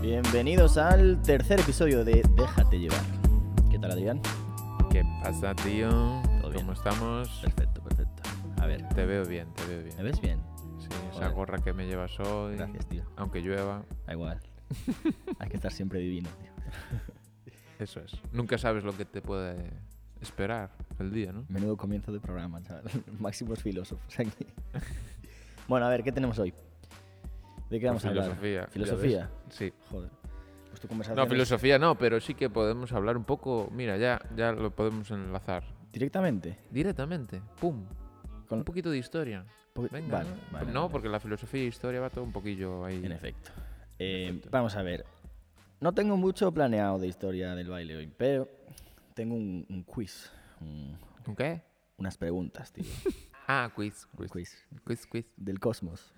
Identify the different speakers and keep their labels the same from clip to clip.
Speaker 1: Bienvenidos al tercer episodio de Déjate llevar. ¿Qué tal, Adrián?
Speaker 2: ¿Qué pasa, tío?
Speaker 1: bien?
Speaker 2: ¿Cómo estamos?
Speaker 1: Perfecto, perfecto. A ver,
Speaker 2: Te veo bien, te veo bien.
Speaker 1: ¿me ves bien?
Speaker 2: Sí, esa
Speaker 1: Joder.
Speaker 2: gorra que me llevas hoy,
Speaker 1: Gracias, tío.
Speaker 2: aunque llueva,
Speaker 1: Da igual. Hay que estar siempre divino, tío.
Speaker 2: eso es. Nunca sabes lo que te puede esperar el día, ¿no?
Speaker 1: Menudo comienzo de programa, chaval. Máximos filósofos aquí. Bueno, a ver, ¿qué tenemos hoy? ¿De qué vamos a hablar?
Speaker 2: filosofía.
Speaker 1: ¿Filosofía?
Speaker 2: ya ves. Sí.
Speaker 1: Joder. Pues tu
Speaker 2: No,
Speaker 1: conversación
Speaker 2: filosofía no, pero sí que podemos hablar un poco. Mira, ya, ya lo podemos enlazar
Speaker 1: directamente.
Speaker 2: directamente. ¡Pum!
Speaker 1: Con-
Speaker 2: Un poquito de historia.
Speaker 1: Porque-
Speaker 2: Venga.
Speaker 1: vale,
Speaker 2: ¿no?
Speaker 1: vale,
Speaker 2: no,
Speaker 1: vale.
Speaker 2: porque la filosofía e historia va todo un poquillo ahí.
Speaker 1: En efecto. Eh,
Speaker 2: efecto.
Speaker 1: Vamos a ver. No tengo mucho planeado de historia del baile hoy, pero tengo un, un quiz. un-
Speaker 2: ¿Un qué?
Speaker 1: unas preguntas, tío.
Speaker 2: Ah, quiz.
Speaker 1: Un
Speaker 2: Quiz, quiz.
Speaker 1: quiz
Speaker 2: quiz,
Speaker 1: del cosmos.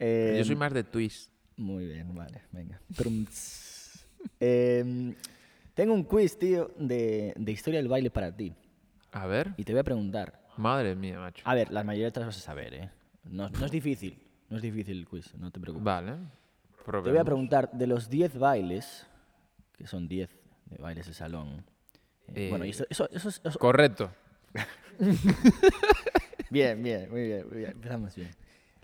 Speaker 2: Yo
Speaker 1: Em,
Speaker 2: soy más de twist.
Speaker 1: Muy bien, vale, venga. Trum, tss. Em, tengo un quiz, tío, de, de historia del baile para ti.
Speaker 2: A ver.
Speaker 1: Y te voy a preguntar.
Speaker 2: Madre mía, macho.
Speaker 1: A ver, la mayoría de las vas a saber, ¿eh? No, no es difícil. No es difícil el quiz, no te preocupes.
Speaker 2: Vale.
Speaker 1: Te voy a
Speaker 2: probemos.
Speaker 1: preguntar, de los 10 bailes, que son 10 de bailes de salón. eh, bueno, y
Speaker 2: Eh,
Speaker 1: eso, eso- eso es- eso-
Speaker 2: Correcto.
Speaker 1: Bien, bien, muy bien, muy bien. Empezamos bien.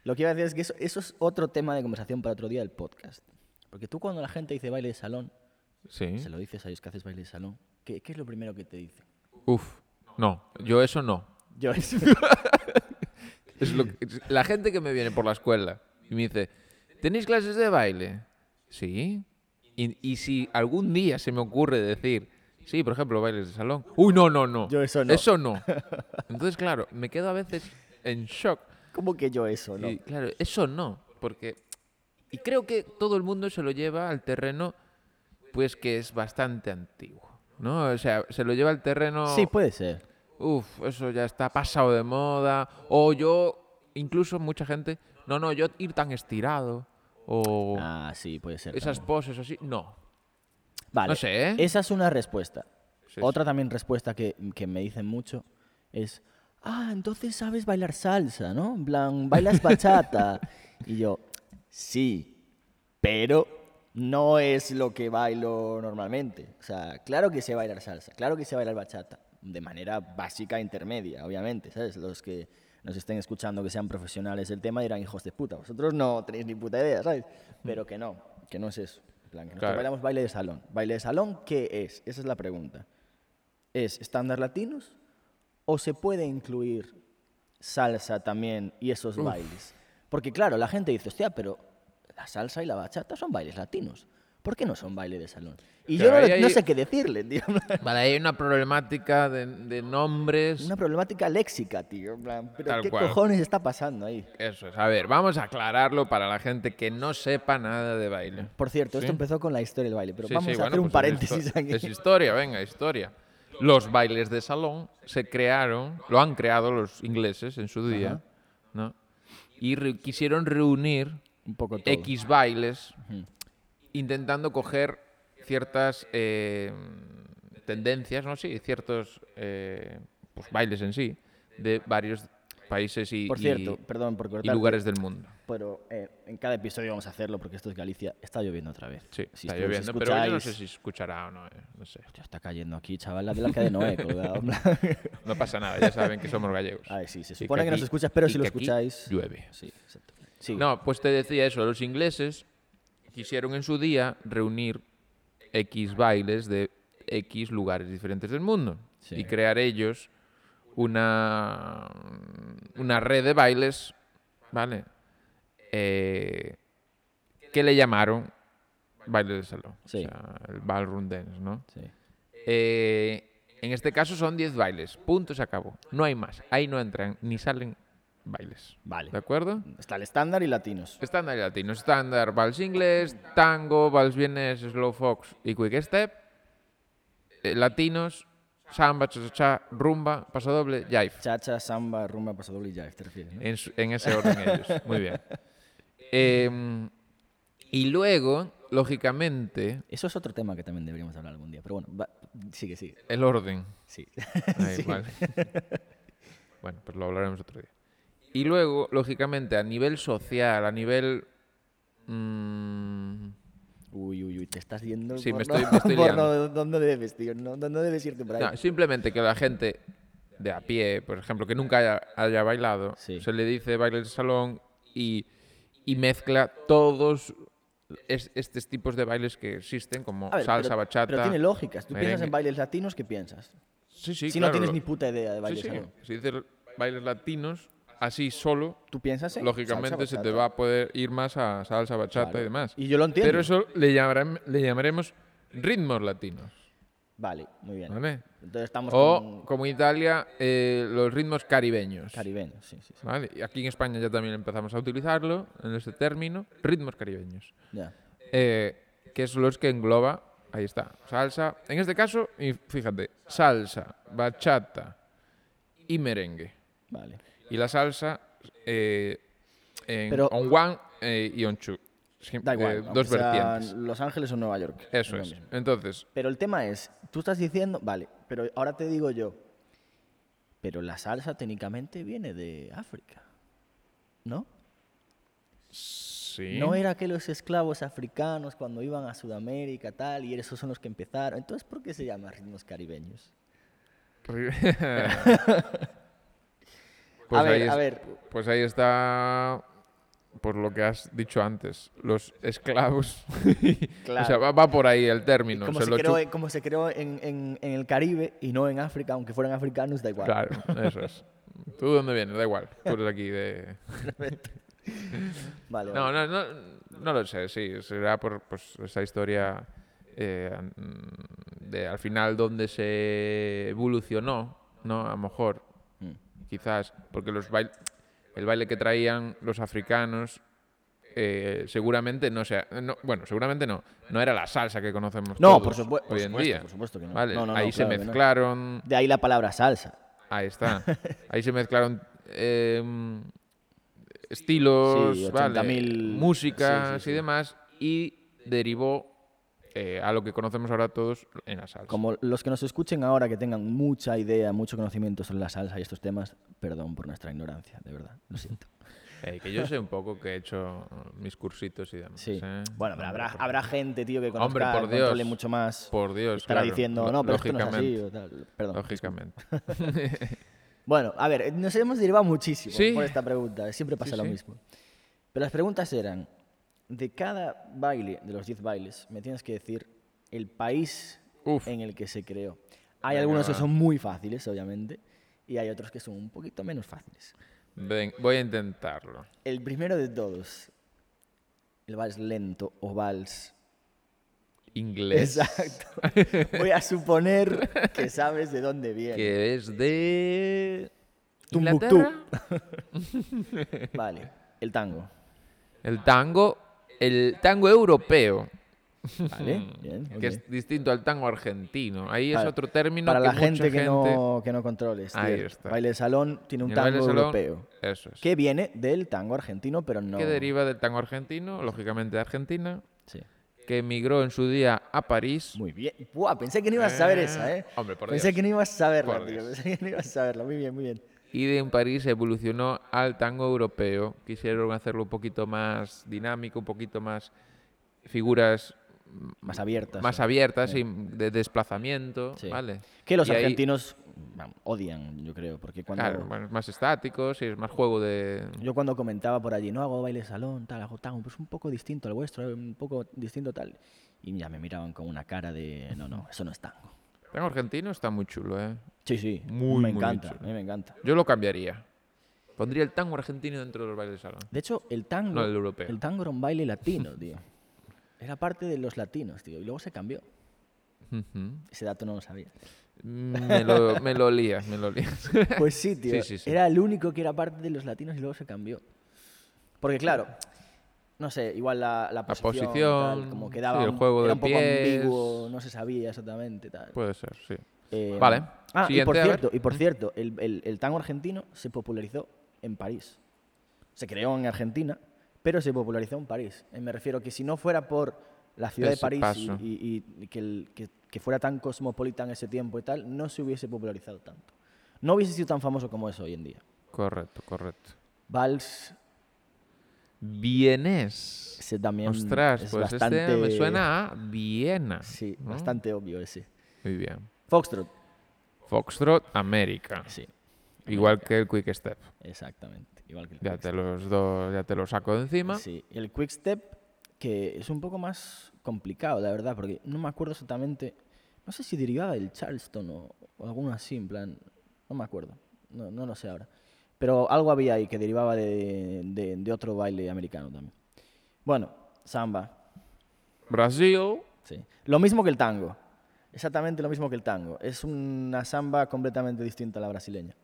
Speaker 1: Lo que iba a decir es que eso, eso es otro tema de conversación para otro día del podcast. Porque tú cuando la gente dice baile de salón,
Speaker 2: Sí.
Speaker 1: se lo dices a ellos que haces baile de salón, ¿qué, qué es lo primero que te dicen?
Speaker 2: Uf. No, yo eso no.
Speaker 1: Yo eso.
Speaker 2: Es lo que- es- La gente que me viene por la escuela y me dice, ¿tenéis clases de baile? Sí. Y, y si algún día se me ocurre decir, sí, por ejemplo, bailes de salón. Uy, no, no, no.
Speaker 1: Yo eso no.
Speaker 2: Eso no. Entonces, claro, me quedo a veces en shock.
Speaker 1: ¿Cómo que yo eso, no?
Speaker 2: Y claro, eso no, porque... Y creo que todo el mundo se lo lleva al terreno, pues que es bastante antiguo, ¿no? O sea, se lo lleva al terreno...
Speaker 1: Sí, pues puede ser.
Speaker 2: Uf, eso ya está pasado de moda. O yo, incluso mucha gente, no, no, yo ir tan estirado. O
Speaker 1: Ah, sí, puede ser.
Speaker 2: esas
Speaker 1: también.
Speaker 2: poses así. No.
Speaker 1: Vale.
Speaker 2: no sé, ¿eh?
Speaker 1: Esa es una respuesta.
Speaker 2: Sí,
Speaker 1: Otra también respuesta que, que me dicen mucho es, ah, entonces sabes bailar salsa, ¿no? En plan, bailas bachata. y yo, sí, pero no es lo que bailo normalmente. O sea, claro que sé bailar salsa, claro que sé bailar bachata, de manera básica e intermedia, obviamente, ¿sabes? Los que nos estén escuchando que sean profesionales del tema dirán hijos de puta, vosotros no tenéis ni puta idea, ¿sabes? Pero que no, que no es eso. En plan, que nosotros
Speaker 2: Claro.
Speaker 1: bailamos baile de salón. ¿Baile de salón qué es? Esa es la pregunta. ¿Es estándar latinos o se puede incluir salsa también y esos bailes? Porque claro, la gente dice, hostia, pero la salsa y la bachata son bailes latinos. ¿Por qué no son baile de salón? Y
Speaker 2: Claro,
Speaker 1: yo no,
Speaker 2: ahí hay-
Speaker 1: no sé qué decirle, tío. en plan,
Speaker 2: Vale, hay una problemática de, de nombres.
Speaker 1: Una problemática léxica, tío. en plan, ¿Pero
Speaker 2: Tal
Speaker 1: qué
Speaker 2: cual.
Speaker 1: cojones está pasando ahí?
Speaker 2: Eso es. A ver, vamos a aclararlo para la gente que no sepa nada de baile.
Speaker 1: Por cierto, esto
Speaker 2: Sí.
Speaker 1: empezó con la historia del baile, pero
Speaker 2: Sí,
Speaker 1: vamos
Speaker 2: sí,
Speaker 1: a
Speaker 2: bueno,
Speaker 1: hacer un
Speaker 2: pues es histo-
Speaker 1: paréntesis aquí.
Speaker 2: Es historia, venga, historia. Los bailes de salón se crearon, lo han creado los ingleses en su día, ¿no? Y re- quisieron reunir
Speaker 1: Un poco todo.
Speaker 2: X bailes intentando coger ciertas eh, tendencias, ¿no? Sí, ciertos eh, pues, bailes en sí de varios países y,
Speaker 1: Por
Speaker 2: y-
Speaker 1: cierto, perdón por
Speaker 2: y
Speaker 1: cortarte.
Speaker 2: lugares del mundo.
Speaker 1: Pero eh, en cada episodio vamos a hacerlo porque esto es Galicia. Está lloviendo otra vez.
Speaker 2: Sí,
Speaker 1: Si esto-
Speaker 2: está
Speaker 1: si
Speaker 2: lloviendo, pero yo no sé
Speaker 1: escucháis-
Speaker 2: si escuchará o no, eh, no sé.
Speaker 1: Hostia, Pues está cayendo aquí, chaval, la de la que de Noé colgado.
Speaker 2: No pasa nada, ya saben que somos gallegos.
Speaker 1: A ver, sí, se
Speaker 2: Y que
Speaker 1: supone que, nos
Speaker 2: aquí-
Speaker 1: escuchas, pero
Speaker 2: y
Speaker 1: si lo
Speaker 2: que aquí
Speaker 1: escucháis.
Speaker 2: Llueve.
Speaker 1: Sí, exacto. Sí,
Speaker 2: No, pues te decía eso, los ingleses quisieron en su día reunir X bailes de X lugares diferentes del mundo
Speaker 1: Sí.
Speaker 2: y crear ellos una, una red de bailes, ¿vale? Eh, que le llamaron bailes de salón,
Speaker 1: Sí.
Speaker 2: o sea, el ballroom dance, ¿no?
Speaker 1: sí.
Speaker 2: Eh, en este caso son 10 bailes. Punto, se acabó. No hay más. Ahí no entran ni salen bailes.
Speaker 1: Vale.
Speaker 2: ¿De acuerdo?
Speaker 1: Está el estándar y latinos.
Speaker 2: Estándar y latino. Estándar, vals inglés, tango, vals vienes, slow fox y quick step. Eh, latinos, samba, cha-cha-cha, rumba, pasodoble, jive.
Speaker 1: Chacha, samba, rumba, pasodoble y jive, te refieres, ¿no?
Speaker 2: En, su- en ese orden ellos. Muy bien. Em, y luego, lógicamente,
Speaker 1: Eso es otro tema que también deberíamos hablar algún día. Pero bueno, va... sigue, sigue.
Speaker 2: el orden.
Speaker 1: Sí.
Speaker 2: Ahí,
Speaker 1: Sí.
Speaker 2: vale. bueno, pues lo hablaremos otro día. Y luego, lógicamente, a nivel social, a nivel mm,
Speaker 1: Uy, uy, uy, te estás yendo
Speaker 2: Sí,
Speaker 1: por,
Speaker 2: me
Speaker 1: no-
Speaker 2: estoy- me estoy
Speaker 1: por
Speaker 2: liando.
Speaker 1: no- dónde debes, tío. No, no debes irte por ahí.
Speaker 2: No, simplemente que la gente de a pie, por ejemplo, que nunca haya, haya bailado,
Speaker 1: Sí.
Speaker 2: se le dice baile de salón y, y mezcla todos es- estos tipos de bailes que existen, como
Speaker 1: A ver,
Speaker 2: salsa,
Speaker 1: pero-
Speaker 2: bachata.
Speaker 1: Pero tiene lógica. Si tú piensas
Speaker 2: merengue.
Speaker 1: en bailes latinos, ¿qué piensas?
Speaker 2: Sí, sí,
Speaker 1: si
Speaker 2: claro,
Speaker 1: no tienes
Speaker 2: lo-
Speaker 1: ni puta idea de
Speaker 2: sí,
Speaker 1: bailes,
Speaker 2: sí.
Speaker 1: ¿no?
Speaker 2: Si dices bailes latinos, así solo,
Speaker 1: ¿Tú piensas en
Speaker 2: lógicamente
Speaker 1: salsa,
Speaker 2: se te
Speaker 1: bachata?
Speaker 2: va a poder ir más a salsa, bachata
Speaker 1: Claro.
Speaker 2: y demás.
Speaker 1: Y yo lo entiendo.
Speaker 2: Pero eso le, llamarem- le llamaremos ritmos latinos,
Speaker 1: Vale, muy bien.
Speaker 2: ¿vale?
Speaker 1: Entonces estamos
Speaker 2: O,
Speaker 1: con
Speaker 2: como Italia, eh, los ritmos caribeños.
Speaker 1: caribeños, sí, sí, sí.
Speaker 2: ¿vale? Y aquí en España ya también empezamos a utilizarlo, en este término, ritmos caribeños.
Speaker 1: Ya.
Speaker 2: Eh, que es los que engloba, ahí está, salsa. En este caso, y fíjate, salsa, bachata y merengue.
Speaker 1: Vale.
Speaker 2: Y la salsa eh, en
Speaker 1: Pero-
Speaker 2: on one eh, y on two. Sim-
Speaker 1: Da igual.
Speaker 2: eh,
Speaker 1: aunque
Speaker 2: dos
Speaker 1: sea
Speaker 2: vertientes.
Speaker 1: Los Ángeles o Nueva York.
Speaker 2: Eso
Speaker 1: lo
Speaker 2: es.
Speaker 1: mismo.
Speaker 2: Entonces,
Speaker 1: Pero el tema es, tú estás diciendo, vale, pero ahora te digo yo, pero la salsa técnicamente viene de África, ¿no?
Speaker 2: sí.
Speaker 1: No era que los esclavos africanos cuando iban a Sudamérica tal y esos son los que empezaron. Entonces, ¿por qué se llama ritmos caribeños?
Speaker 2: Pues
Speaker 1: A ver,
Speaker 2: ahí
Speaker 1: a
Speaker 2: es-
Speaker 1: ver.
Speaker 2: Pues ahí está. Por lo que has dicho antes, los esclavos. o sea,
Speaker 1: Claro.
Speaker 2: va, va por ahí el término.
Speaker 1: como,
Speaker 2: se
Speaker 1: se
Speaker 2: lo
Speaker 1: creó,
Speaker 2: chu-
Speaker 1: en- como se creó en, en- en el Caribe y no en África, aunque fueran africanos, da igual.
Speaker 2: Claro, eso es. ¿Tú de dónde vienes? Da igual. Tú eres aquí de.
Speaker 1: Vale,
Speaker 2: No,
Speaker 1: vale.
Speaker 2: no, no, no lo sé, sí, será por pues, esa historia eh, an- de al final donde se evolucionó, ¿no? A lo mejor,
Speaker 1: Mm.
Speaker 2: quizás, porque los bail- el baile que traían los africanos eh, seguramente no sea, no- bueno, seguramente no, no era la salsa que conocemos
Speaker 1: No,
Speaker 2: todos
Speaker 1: por, supue- por
Speaker 2: hoy en
Speaker 1: supuesto,
Speaker 2: día.
Speaker 1: por supuesto que no.
Speaker 2: Vale,
Speaker 1: No, no, no,
Speaker 2: ahí se
Speaker 1: claro que no.
Speaker 2: mezclaron
Speaker 1: De ahí la palabra salsa.
Speaker 2: Ahí está. Ahí se mezclaron em, estilos,
Speaker 1: Sí,
Speaker 2: vale,
Speaker 1: 80.000.
Speaker 2: músicas
Speaker 1: Sí, sí, sí.
Speaker 2: y demás, y derivó eh, a lo que conocemos ahora todos en la salsa.
Speaker 1: Como los que nos escuchen ahora que tengan mucha idea, mucho conocimiento sobre la salsa y estos temas, perdón por nuestra ignorancia, de verdad, lo siento.
Speaker 2: Eh, que yo sé un poco que he hecho mis cursitos y demás.
Speaker 1: Sí.
Speaker 2: ¿eh?
Speaker 1: Bueno, pero
Speaker 2: Hombre,
Speaker 1: habrá,
Speaker 2: por-
Speaker 1: habrá gente, tío, que conozca,
Speaker 2: Hombre, por Dios.
Speaker 1: controle mucho más,
Speaker 2: Por Dios.
Speaker 1: estará
Speaker 2: claro,
Speaker 1: diciendo,
Speaker 2: lo-
Speaker 1: no, pero esto no es
Speaker 2: lógicamente.
Speaker 1: así, o tal. Perdón.
Speaker 2: Lógicamente.
Speaker 1: Bueno, a ver, eh, nos hemos derivado muchísimo
Speaker 2: Sí.
Speaker 1: por esta pregunta, siempre pasa
Speaker 2: Sí,
Speaker 1: lo
Speaker 2: sí.
Speaker 1: mismo. Pero las preguntas eran, de cada baile, de los 10 bailes, me tienes que decir el país
Speaker 2: Uf.
Speaker 1: en el que se creó. Hay
Speaker 2: Venga,
Speaker 1: algunos que
Speaker 2: va.
Speaker 1: son muy fáciles, obviamente, y hay otros que son un poquito menos fáciles.
Speaker 2: Ven, voy a intentarlo.
Speaker 1: El primero de todos, el vals lento o vals.
Speaker 2: Inglés.
Speaker 1: Exacto. Voy a suponer que sabes de dónde viene.
Speaker 2: Que es de.
Speaker 1: Tombuctú.
Speaker 2: Inglaterra.
Speaker 1: Vale, el tango.
Speaker 2: El tango, el tango europeo,
Speaker 1: Vale, bien. ok.
Speaker 2: Mm, que es distinto al tango argentino. Ahí es
Speaker 1: Para-
Speaker 2: otro término
Speaker 1: Para
Speaker 2: que
Speaker 1: la
Speaker 2: mucha
Speaker 1: gente que no, que no controles. tío.
Speaker 2: Ahí está.
Speaker 1: Baile de salón tiene un
Speaker 2: en el baile
Speaker 1: tango
Speaker 2: salón-
Speaker 1: europeo.
Speaker 2: Eso es.
Speaker 1: Que viene del tango argentino, pero no.
Speaker 2: Que deriva del tango argentino, lógicamente de Argentina,
Speaker 1: Sí.
Speaker 2: que emigró en su día a París.
Speaker 1: Muy bien. Buah, pensé que no ibas a saber esa, ¿eh?
Speaker 2: Hombre, por
Speaker 1: pensé
Speaker 2: Dios.
Speaker 1: que no ibas a saberla,
Speaker 2: Por
Speaker 1: tío.
Speaker 2: Dios.
Speaker 1: Pensé que no ibas a saberla. Muy bien, muy bien.
Speaker 2: Y de en París evolucionó al tango europeo. Quisieron hacerlo un poquito más dinámico, un poquito más figuras
Speaker 1: Más abiertas.
Speaker 2: más
Speaker 1: ¿no?
Speaker 2: abiertas y de desplazamiento,
Speaker 1: Sí.
Speaker 2: ¿vale?
Speaker 1: Que los
Speaker 2: Y ahí-
Speaker 1: argentinos vamos, odian, yo creo, porque cuando
Speaker 2: Claro, bueno, es más estáticos y es más juego de...
Speaker 1: yo cuando comentaba por allí, no hago baile de salón, tal, hago tango, pues un poco distinto al vuestro, eh, un poco distinto tal. Y ya me miraban con una cara de, no, no, eso no es tango.
Speaker 2: Tango argentino está muy chulo, ¿eh?
Speaker 1: Sí, sí,
Speaker 2: Muy,
Speaker 1: me
Speaker 2: muy
Speaker 1: encanta,
Speaker 2: chulo.
Speaker 1: a mí me encanta.
Speaker 2: Yo lo cambiaría. Pondría el tango argentino dentro de los bailes de salón.
Speaker 1: De hecho, el tango,
Speaker 2: No, el europeo.
Speaker 1: tango era un baile latino, tío. Era parte de los latinos, tío, y luego se cambió.
Speaker 2: Ujú.
Speaker 1: Ese dato no lo sabía.
Speaker 2: me, lo, me lo lías, me lo lías.
Speaker 1: Pues sí, tío.
Speaker 2: Sí, sí, sí.
Speaker 1: Era el único que era parte de los latinos y luego se cambió. Porque claro, no sé, igual la, la posición,
Speaker 2: posición,
Speaker 1: tal, como
Speaker 2: sí,
Speaker 1: quedaba
Speaker 2: el
Speaker 1: un-
Speaker 2: juego
Speaker 1: era
Speaker 2: de
Speaker 1: un poco
Speaker 2: pies.
Speaker 1: ambiguo, no se sabía exactamente tal.
Speaker 2: Puede ser, sí.
Speaker 1: Eh,
Speaker 2: Vale,
Speaker 1: Ah, y
Speaker 2: siguiente,
Speaker 1: por
Speaker 2: a ver.
Speaker 1: cierto, y por cierto, el, el- el tango argentino se popularizó en París. Se creó en Argentina, pero se popularizó en París. Eh, Me refiero que si no fuera por la ciudad
Speaker 2: Ese
Speaker 1: de París y,
Speaker 2: paso.
Speaker 1: y- y que, el- que- que fuera tan cosmopolita en ese tiempo y tal, no se hubiese popularizado tanto. No hubiese sido tan famoso como es hoy en día.
Speaker 2: Correcto, correcto.
Speaker 1: Vals,
Speaker 2: Vienés.
Speaker 1: Ese también
Speaker 2: Ostras,
Speaker 1: es
Speaker 2: pues
Speaker 1: bastante...
Speaker 2: este me suena a Viena.
Speaker 1: Sí,
Speaker 2: ¿no?
Speaker 1: bastante obvio ese.
Speaker 2: Muy bien.
Speaker 1: Foxtrot.
Speaker 2: Foxtrot, América.
Speaker 1: Sí,
Speaker 2: Igual que el Quick Step.
Speaker 1: exactamente. Igual que el
Speaker 2: Ya
Speaker 1: Quick
Speaker 2: te los do- ya te lo saco de encima.
Speaker 1: Sí, el Quick Step, que es un poco más complicado, la verdad, porque no me acuerdo exactamente. No sé si derivaba del Charleston o, o alguno así, en plan. No me acuerdo. No, no lo sé ahora. Pero algo había ahí que derivaba de, de- de otro baile americano también. Bueno, samba.
Speaker 2: Brasil.
Speaker 1: Sí. Lo mismo que el tango. Exactamente lo mismo que el tango. Es una samba completamente distinta a la brasileña.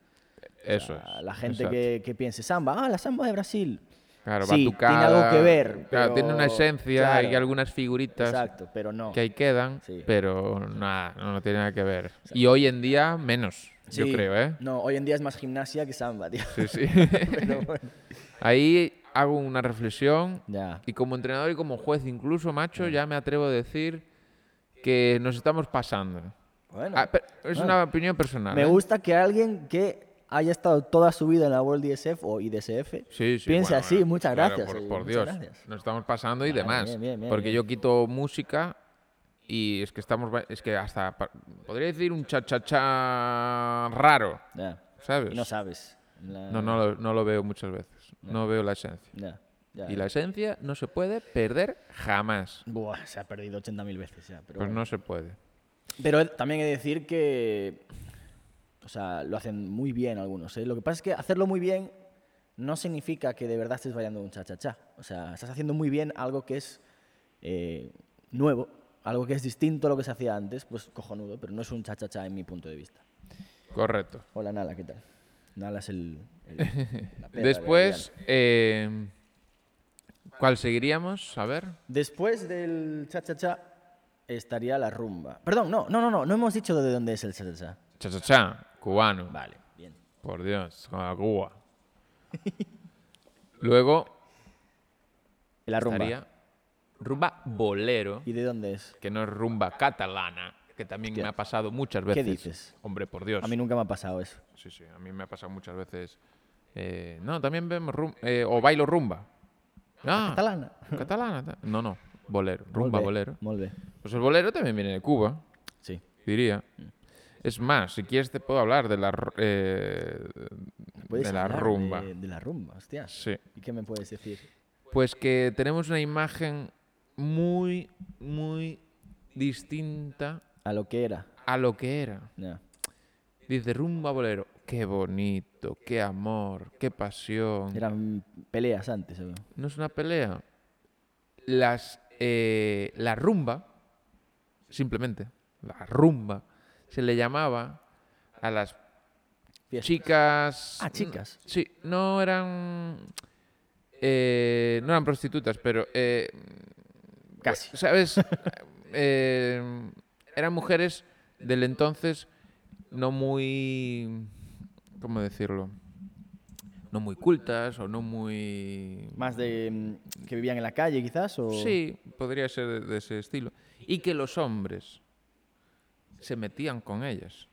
Speaker 2: Eso
Speaker 1: A
Speaker 2: es.
Speaker 1: la gente
Speaker 2: exacto.
Speaker 1: que, que piense samba, ah, la samba de Brasil.
Speaker 2: Claro,
Speaker 1: sí,
Speaker 2: batucada,
Speaker 1: tiene algo que ver.
Speaker 2: claro, tiene una
Speaker 1: pero-
Speaker 2: esencia y
Speaker 1: claro.
Speaker 2: algunas figuritas
Speaker 1: Exacto, pero no.
Speaker 2: que ahí quedan,
Speaker 1: Sí.
Speaker 2: pero nada, no, no tiene nada que ver. Y hoy en día, menos,
Speaker 1: Sí,
Speaker 2: yo creo, ¿eh?
Speaker 1: No, hoy en día es más gimnasia que samba, tío.
Speaker 2: Sí, sí.
Speaker 1: Pero bueno.
Speaker 2: ahí hago una reflexión
Speaker 1: Ya.
Speaker 2: y como entrenador y como juez incluso, macho, ya me atrevo a decir que nos estamos pasando.
Speaker 1: Bueno,
Speaker 2: Ah, pero es
Speaker 1: bueno.
Speaker 2: una opinión personal.
Speaker 1: me
Speaker 2: ¿eh?
Speaker 1: gusta que alguien que haya estado toda su vida en la World DSF o IDSF
Speaker 2: Sí, sí,
Speaker 1: piense
Speaker 2: bueno,
Speaker 1: así.
Speaker 2: bueno,
Speaker 1: Muchas
Speaker 2: claro,
Speaker 1: gracias.
Speaker 2: por,
Speaker 1: oye,
Speaker 2: por
Speaker 1: muchas
Speaker 2: Dios,
Speaker 1: gracias.
Speaker 2: nos estamos pasando y
Speaker 1: Vale,
Speaker 2: demás.
Speaker 1: bien, bien, bien,
Speaker 2: porque
Speaker 1: bien.
Speaker 2: yo quito música y es que estamos, ba- es que hasta pa- podría decir un cha cha cha raro,
Speaker 1: Ya.
Speaker 2: ¿sabes?
Speaker 1: Y no sabes. La-
Speaker 2: no, no lo, no lo veo muchas veces. No veo la esencia.
Speaker 1: Ya, ya.
Speaker 2: Y la esencia no se puede perder jamás.
Speaker 1: Buah, se ha perdido 80.000 veces ya. Pero,
Speaker 2: Pues
Speaker 1: bueno.
Speaker 2: no se puede.
Speaker 1: Pero he- también he de decir que. O sea, lo hacen muy bien algunos. ¿eh? Lo que pasa es que hacerlo muy bien no significa que de verdad estés bailando un cha-cha-cha. O sea, estás haciendo muy bien algo que es eh, nuevo, algo que es distinto a lo que se hacía antes, pues cojonudo, pero no es un cha-cha-cha en mi punto de vista.
Speaker 2: Correcto.
Speaker 1: Hola, Nala, ¿qué tal? Nala es el. el- la perra de
Speaker 2: Después,
Speaker 1: Adrián.
Speaker 2: eh, ¿cuál seguiríamos? A ver.
Speaker 1: Después del cha-cha-cha estaría la rumba. Perdón, no, no, no, no, no hemos dicho de dónde es el cha-cha-cha.
Speaker 2: Cha cha cha, cubano.
Speaker 1: Vale, bien.
Speaker 2: Por Dios, con la Cuba. Luego
Speaker 1: La rumba.
Speaker 2: estaría rumba bolero,
Speaker 1: ¿Y de dónde es?
Speaker 2: que no es rumba catalana, que también
Speaker 1: ¿Qué?
Speaker 2: me ha pasado muchas veces.
Speaker 1: dices?
Speaker 2: Hombre, por Dios.
Speaker 1: A mí nunca me ha pasado eso.
Speaker 2: Sí, sí, a mí me ha pasado muchas veces. Eh, no, también vemos rum- eh, o bailo rumba. Ah,
Speaker 1: Catalana.
Speaker 2: catalana, ta- No, no, bolero, rumba
Speaker 1: Molt bé,
Speaker 2: bolero.
Speaker 1: molt bé.
Speaker 2: Pues el bolero también viene de Cuba.
Speaker 1: Sí.
Speaker 2: diría. Es más, si quieres te puedo hablar de la, r- eh,
Speaker 1: Puedes
Speaker 2: de la
Speaker 1: hablar
Speaker 2: rumba.
Speaker 1: De, de la rumba, hostia.
Speaker 2: Sí.
Speaker 1: ¿Y qué me puedes decir?
Speaker 2: Pues que tenemos una imagen muy, muy distinta
Speaker 1: A lo que era.
Speaker 2: a lo que era.
Speaker 1: Ya.
Speaker 2: Dice rumba bolero. Qué bonito, qué amor, qué pasión.
Speaker 1: Eran peleas antes. ¿o qué?
Speaker 2: No es una pelea. Las, eh, la rumba, simplemente, la rumba, se le llamaba a las
Speaker 1: Fiestas.
Speaker 2: chicas.
Speaker 1: Ah, chicas.
Speaker 2: n- Sí, no eran. eh, no eran prostitutas, pero. eh, Mm.
Speaker 1: Casi.
Speaker 2: ¿Sabes? Eh, eran mujeres del entonces no muy. ¿Cómo decirlo? No muy cultas o no muy.
Speaker 1: Más de mm, que vivían en la calle, quizás. O...
Speaker 2: Sí, podría ser de, de ese estilo. Y que los hombres se metían con ellas.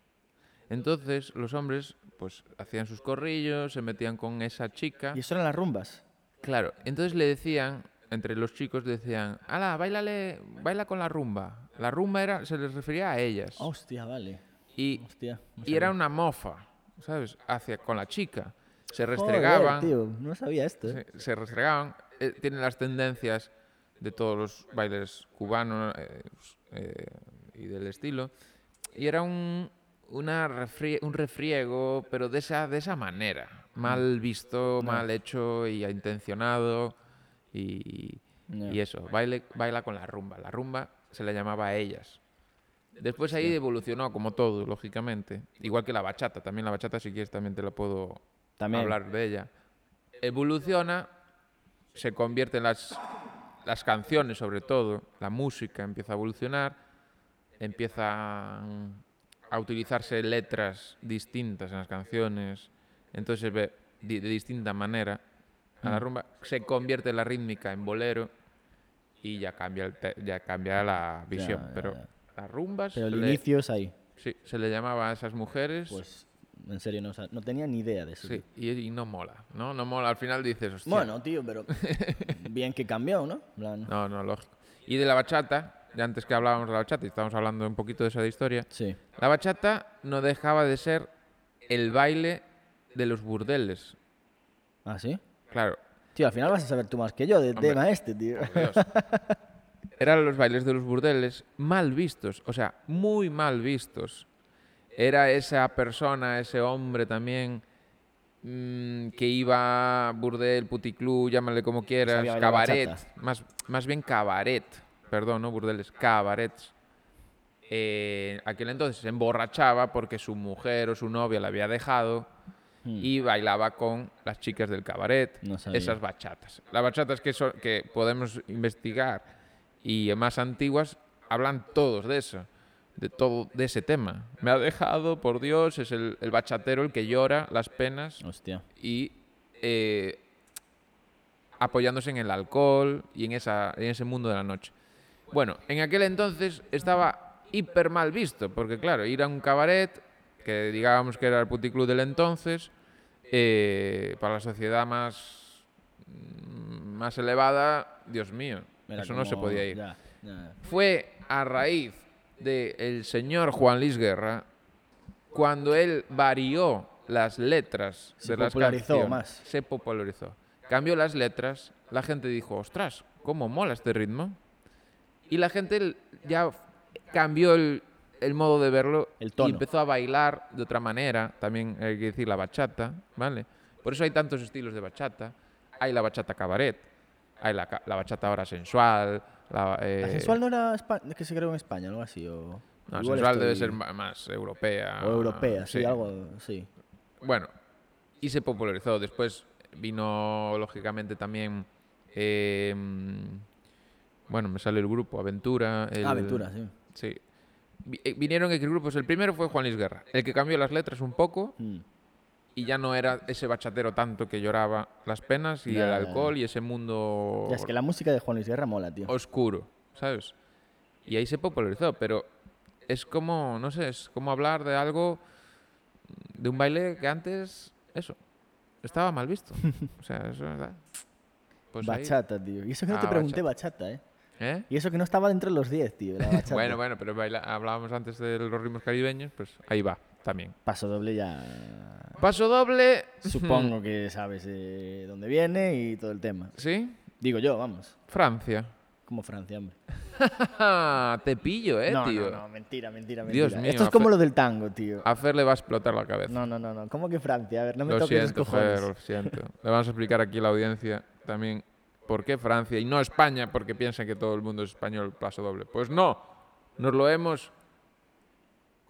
Speaker 2: Entonces, los hombres, pues, hacían sus corrillos, se metían con esa chica.
Speaker 1: Y eso eran las rumbas.
Speaker 2: Claro, entonces le decían, entre los chicos decían, ala, bailale, baila con la rumba. La rumba era, se les refería a ellas.
Speaker 1: Hostia, vale.
Speaker 2: y,
Speaker 1: Hostia. Oh, no
Speaker 2: y era
Speaker 1: sabía.
Speaker 2: una mofa, ¿sabes? Hacia, con la chica. Se
Speaker 1: Joder,
Speaker 2: restregaban.
Speaker 1: tío, no sabía esto. ¿eh?
Speaker 2: se, se restregaban. eh, tienen las tendencias de todos los bailes cubanos eh, pues, eh, y del estilo. Y era un, una refrie- un refriego, pero de esa, de esa manera. Mal visto, mal hecho y intencionado. Y,
Speaker 1: Ya.
Speaker 2: y eso, baile, baila con la rumba. La rumba se le llamaba a ellas. Después ahí evolucionó, como todo, lógicamente. Igual que la bachata. También la bachata, si quieres, también te la puedo
Speaker 1: También.
Speaker 2: hablar de ella. Evoluciona, se convierte en las, las canciones, sobre todo, la música empieza a evolucionar, empiezan a utilizarse letras distintas en las canciones, entonces se ve di- de distinta manera a
Speaker 1: Mm.
Speaker 2: la rumba, se convierte la rítmica en bolero y ya cambia, el te- ya cambia la visión.
Speaker 1: ya,
Speaker 2: pero
Speaker 1: ya.
Speaker 2: las rumbas
Speaker 1: Pero
Speaker 2: se
Speaker 1: el
Speaker 2: le-
Speaker 1: inicio es ahí.
Speaker 2: sí, se le llamaba a esas mujeres
Speaker 1: Pues En serio, no, o sea, no tenía ni idea de eso.
Speaker 2: Sí,
Speaker 1: tío.
Speaker 2: y, y no mola, ¿no? No mola. Al final dices, hostia.
Speaker 1: Bueno, tío, pero bien que cambió, ¿no? En plan,
Speaker 2: No, no, lógico. Y de la bachata, de antes que hablábamos de la bachata y estábamos hablando un poquito de esa historia,
Speaker 1: Sí,
Speaker 2: la bachata no dejaba de ser el baile de los burdeles.
Speaker 1: ¿ah, sí?
Speaker 2: Claro,
Speaker 1: Tío, al final vas a saber tú más que yo del
Speaker 2: Hombre.
Speaker 1: tema este, tío.
Speaker 2: por Dios. Eran los bailes de los burdeles mal vistos, o sea, muy mal vistos. Era esa persona, ese hombre también, mm, que iba a burdel, puticlub, llámale como quieras,
Speaker 1: Sabía bailar
Speaker 2: cabaret,
Speaker 1: bachata.
Speaker 2: más, más bien cabaret, perdón, no burdeles, cabarets. Eh, aquel entonces se emborrachaba porque su mujer o su novia la había dejado y bailaba con las chicas del cabaret,
Speaker 1: Hmm. No sabía.
Speaker 2: esas bachatas. Las bachatas que, son- que podemos investigar y más antiguas hablan todos de eso, de todo de ese tema. Me ha dejado, por Dios, es el, el bachatero el que llora las penas
Speaker 1: Hostia.
Speaker 2: y eh, apoyándose en el alcohol y en, esa, en ese mundo de la noche. Bueno, en aquel entonces estaba hiper mal visto, porque claro, ir a un cabaret, que digábamos que era el puticlub del entonces, eh, para la sociedad más, mm, más elevada, Dios mío,
Speaker 1: Era
Speaker 2: eso no se
Speaker 1: como-
Speaker 2: podía ir
Speaker 1: ya, ya.
Speaker 2: fue a raíz del señor Juan Luis Guerra cuando él varió las letras
Speaker 1: Se
Speaker 2: de las
Speaker 1: popularizó
Speaker 2: canciones.
Speaker 1: más.
Speaker 2: Se popularizó. Cambió las letras, la gente dijo, ostras, cómo mola este ritmo. Y la gente l- ya cambió el, el modo de verlo
Speaker 1: El
Speaker 2: y
Speaker 1: tono.
Speaker 2: empezó a bailar de otra manera. También hay que decir la bachata, ¿vale? Por eso hay tantos estilos de bachata. Hay la bachata cabaret, hay la, ca- la bachata ahora sensual. La,
Speaker 1: ¿La
Speaker 2: eh,
Speaker 1: sensual no era Espa- que se creó en España, algo así? O...
Speaker 2: no,
Speaker 1: Igual
Speaker 2: sensual debe
Speaker 1: estoy-
Speaker 2: ser ma- más europea.
Speaker 1: O europea, sí,
Speaker 2: sí.
Speaker 1: algo, sí.
Speaker 2: Bueno, y se popularizó. Después vino, lógicamente, también. eh, bueno, me sale el grupo, Aventura. el-
Speaker 1: Ah, Aventura, sí.
Speaker 2: Sí. Vi- eh, Vinieron X grupos. El primero fue Juan Luis Guerra, el que cambió las letras un poco
Speaker 1: Mm.
Speaker 2: y ya no era ese bachatero tanto que lloraba las penas y
Speaker 1: Ya,
Speaker 2: el
Speaker 1: ya, ya.
Speaker 2: alcohol y ese mundo
Speaker 1: Ya, es que la música de Juan Luis Guerra mola, tío.
Speaker 2: oscuro, ¿sabes? Y ahí se popularizó, pero es como, no sé, es como hablar de algo, de un baile que antes, eso, estaba mal visto. O sea, eso es verdad. Pues ahí-
Speaker 1: bachata, tío. Y eso que no
Speaker 2: Ah,
Speaker 1: te pregunté bachata, ¿eh?
Speaker 2: ¿eh?
Speaker 1: Y eso que no estaba dentro de los 10, tío, la bachata.
Speaker 2: Bueno, bueno, pero baila- hablábamos antes de los ritmos caribeños, pues ahí va, también.
Speaker 1: Paso doble ya...
Speaker 2: Paso doble,
Speaker 1: Supongo que sabes eh, dónde viene y todo el tema.
Speaker 2: ¿sí?
Speaker 1: Digo yo, vamos.
Speaker 2: Francia.
Speaker 1: Como Francia, hombre.
Speaker 2: Te pillo, eh,
Speaker 1: no,
Speaker 2: tío.
Speaker 1: no, no, mentira, mentira, mentira.
Speaker 2: Dios mío,
Speaker 1: Esto es como
Speaker 2: Fer-
Speaker 1: lo del tango, tío.
Speaker 2: A Fer le va a explotar la cabeza.
Speaker 1: No, no, no, no. ¿Cómo que Francia? A ver, no me
Speaker 2: Lo
Speaker 1: toques
Speaker 2: siento,
Speaker 1: los cojones.
Speaker 2: Fer, lo siento. Le vamos a explicar aquí a la audiencia también por qué Francia y no España, porque piensan que todo el mundo es español paso doble. Pues no, nos lo hemos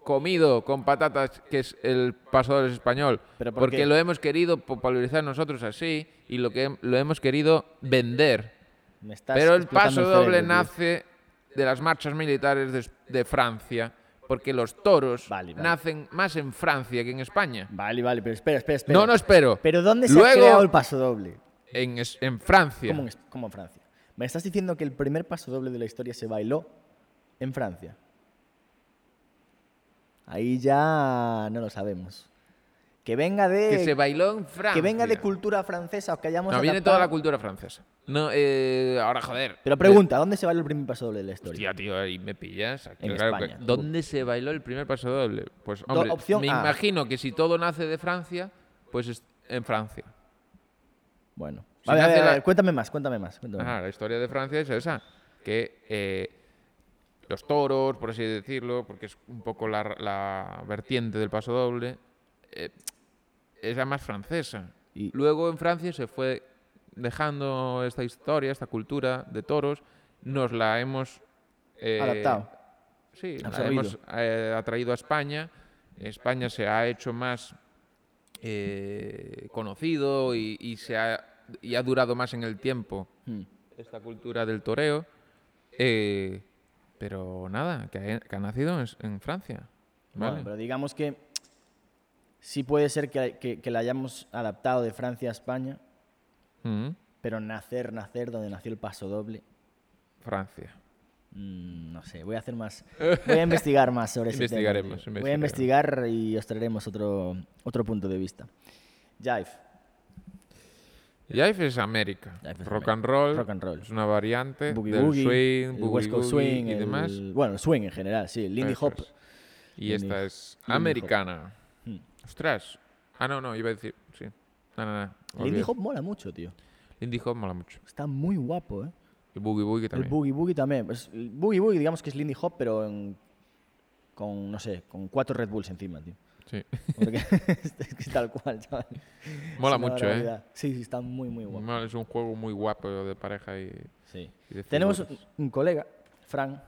Speaker 2: comido con patatas, que es el paso doble es español,
Speaker 1: ¿Pero por
Speaker 2: porque
Speaker 1: qué?
Speaker 2: lo hemos querido popularizar nosotros así y lo que lo hemos querido vender.
Speaker 1: Me estás
Speaker 2: Pero el
Speaker 1: explotando
Speaker 2: paso
Speaker 1: cerebro,
Speaker 2: doble
Speaker 1: tío.
Speaker 2: nace de las marchas militares de, de Francia, porque los toros
Speaker 1: Vale, vale.
Speaker 2: nacen más en Francia que en España.
Speaker 1: Vale, vale, pero espera, espera, espera.
Speaker 2: No, no espero.
Speaker 1: ¿Pero dónde se ha
Speaker 2: Luego,
Speaker 1: creado el paso doble?
Speaker 2: En, es- en Francia.
Speaker 1: Como en, es- como en Francia. ¿Me estás diciendo que el primer paso doble de la historia se bailó en Francia? Ahí ya no lo sabemos. Que venga de
Speaker 2: que se bailó en Francia.
Speaker 1: Eh, que venga de cultura francesa o que hayamos
Speaker 2: No, viene
Speaker 1: adaptado-
Speaker 2: toda la cultura francesa. No, eh, ahora joder.
Speaker 1: Pero pregunta, ¿dónde se bailó el primer paso doble de la historia?
Speaker 2: Hostia, tío, ahí me pillas. Aquí,
Speaker 1: En
Speaker 2: claro que-
Speaker 1: España.
Speaker 2: ¿Dónde se bailó el primer paso doble? Pues, hombre,
Speaker 1: opción
Speaker 2: me
Speaker 1: A.
Speaker 2: imagino que si todo nace de Francia, pues es en Francia.
Speaker 1: Bueno,
Speaker 2: Si
Speaker 1: a ver, a
Speaker 2: nace
Speaker 1: ver, a
Speaker 2: la- Ah,
Speaker 1: ver, cuéntame más, cuéntame más. cuéntame más.
Speaker 2: Ajá, la historia de Francia es esa, que eh, los toros, por así decirlo, porque es un poco la, la vertiente del paso doble, eh, es la más francesa.
Speaker 1: Y-
Speaker 2: Luego en Francia se fue dejando esta historia, esta cultura de toros, nos la hemos... eh,
Speaker 1: Adaptado.
Speaker 2: Sí, la
Speaker 1: Absorbido.
Speaker 2: hemos eh, atraído a España. España se ha hecho más eh, conocido y, y se ha, y ha durado más en el tiempo
Speaker 1: Hmm.
Speaker 2: esta cultura del toreo. eh, pero nada, que ha, que ha nacido en, en Francia.
Speaker 1: Bueno,
Speaker 2: ¿vale?
Speaker 1: pero digamos que sí puede ser que, que- que la hayamos adaptado de Francia a España,
Speaker 2: Mm,
Speaker 1: pero nacer, nacer donde nació el paso doble,
Speaker 2: Francia.
Speaker 1: Mm, No sé, voy a hacer más. Voy a investigar más sobre ese tema, tío.
Speaker 2: Investigaremos,
Speaker 1: Voy a investigar y os traeremos otro, otro punto de vista. Jive.
Speaker 2: Jive es América.
Speaker 1: Jive es
Speaker 2: rock
Speaker 1: América.
Speaker 2: and roll.
Speaker 1: Rock and roll.
Speaker 2: Es una variante
Speaker 1: Boogie
Speaker 2: Eh, del
Speaker 1: Woogie,
Speaker 2: swing,
Speaker 1: el
Speaker 2: boogie
Speaker 1: West Coast
Speaker 2: woogie
Speaker 1: Swing,
Speaker 2: y
Speaker 1: el-
Speaker 2: demás.
Speaker 1: Bueno, el swing en general, sí. el Lindy
Speaker 2: Eso
Speaker 1: Hop.
Speaker 2: es. Y esta
Speaker 1: Lindy-
Speaker 2: es
Speaker 1: Lindy Hop.
Speaker 2: americana.
Speaker 1: Hmm.
Speaker 2: Ostras. Ah, no, no, iba a decir. Sí. No, no, no.
Speaker 1: Lindy
Speaker 2: olvídate.
Speaker 1: Hop mola mucho, tío.
Speaker 2: Lindy Hop mola mucho.
Speaker 1: Está muy guapo, ¿eh?
Speaker 2: El boogie woogie
Speaker 1: El
Speaker 2: también.
Speaker 1: Boogie Boogie también. Pues, el boogie Boogie, digamos que es Lindy Hop, pero en- con, no sé, con cuatro Red Bulls encima, tío.
Speaker 2: Sí.
Speaker 1: Porque es que es tal cual, chaval. Es
Speaker 2: Mola
Speaker 1: una
Speaker 2: mucho, ¿eh? Mm.
Speaker 1: barbaridad. Sí, sí, está muy, muy guapo.
Speaker 2: Mola, Es un juego muy guapo de pareja y,
Speaker 1: Sí.
Speaker 2: y de
Speaker 1: Tenemos
Speaker 2: figuras.
Speaker 1: un, un colega, Fran,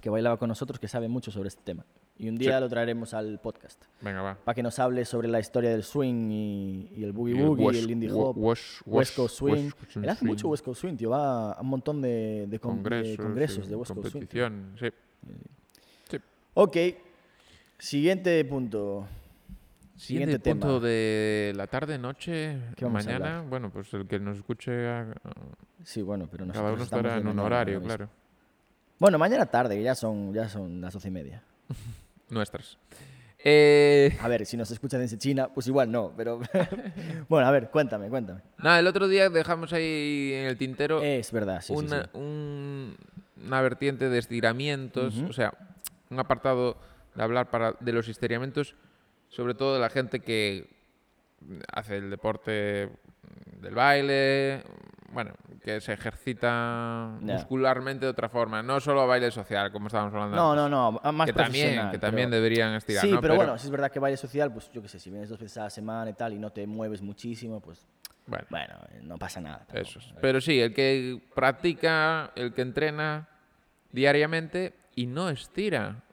Speaker 1: que bailaba con nosotros, que sabe mucho sobre este tema. Y un día
Speaker 2: Sí.
Speaker 1: lo traeremos al podcast.
Speaker 2: Venga, va.
Speaker 1: Para que nos hable sobre la historia del swing y, y el boogie
Speaker 2: Y
Speaker 1: woogie,
Speaker 2: West-
Speaker 1: el lindy
Speaker 2: Wo-
Speaker 1: hop, West,
Speaker 2: West- West-
Speaker 1: Coast swing.
Speaker 2: West Coast
Speaker 1: Él hace mucho
Speaker 2: Swing,
Speaker 1: West Coast eh, swing, tío. Va a un montón de, de con- de
Speaker 2: Congresos,
Speaker 1: congresos
Speaker 2: sí,
Speaker 1: de West Coast swing. Eh, tío.
Speaker 2: competición, sí.
Speaker 1: Ok. Siguiente punto. Siguiente
Speaker 2: Siguiente punto
Speaker 1: tema.
Speaker 2: de la tarde, noche,
Speaker 1: ¿Qué vamos a
Speaker 2: mañana.
Speaker 1: hablar?
Speaker 2: Bueno, pues el que nos escuche, a-
Speaker 1: Sí, bueno, pero nosotros
Speaker 2: cada uno
Speaker 1: estamos
Speaker 2: estará
Speaker 1: de
Speaker 2: en un
Speaker 1: mañana,
Speaker 2: horario,
Speaker 1: ¿no?
Speaker 2: claro.
Speaker 1: Bueno, mañana tarde, que ya son, ya son las doce y media.
Speaker 2: Nuestras. Eh,
Speaker 1: A ver, si nos escuchan desde China, pues igual no, pero... bueno, a ver, cuéntame, cuéntame.
Speaker 2: nada, el otro día dejamos ahí en el tintero
Speaker 1: Es verdad, sí, sí,
Speaker 2: una,
Speaker 1: sí.
Speaker 2: un- una vertiente de estiramientos,
Speaker 1: Ujú.
Speaker 2: o sea, un apartado de hablar para, de los estiramientos, sobre todo de la gente que hace el deporte del baile, bueno, que se ejercita
Speaker 1: Ya.
Speaker 2: muscularmente de otra forma, no solo baile social, como estábamos hablando.
Speaker 1: No, no, no, a- más
Speaker 2: que también,
Speaker 1: profesional,
Speaker 2: que
Speaker 1: pero-
Speaker 2: también deberían estirar.
Speaker 1: Sí,
Speaker 2: ¿no?
Speaker 1: pero, bueno, si es verdad que baile social, pues yo qué sé, si vienes dos veces a la semana y tal y no te mueves muchísimo, pues
Speaker 2: bueno,
Speaker 1: bueno, eh, no pasa nada. tampoco.
Speaker 2: Eso es. Pero sí, el que practica, el que entrena diariamente y no estira.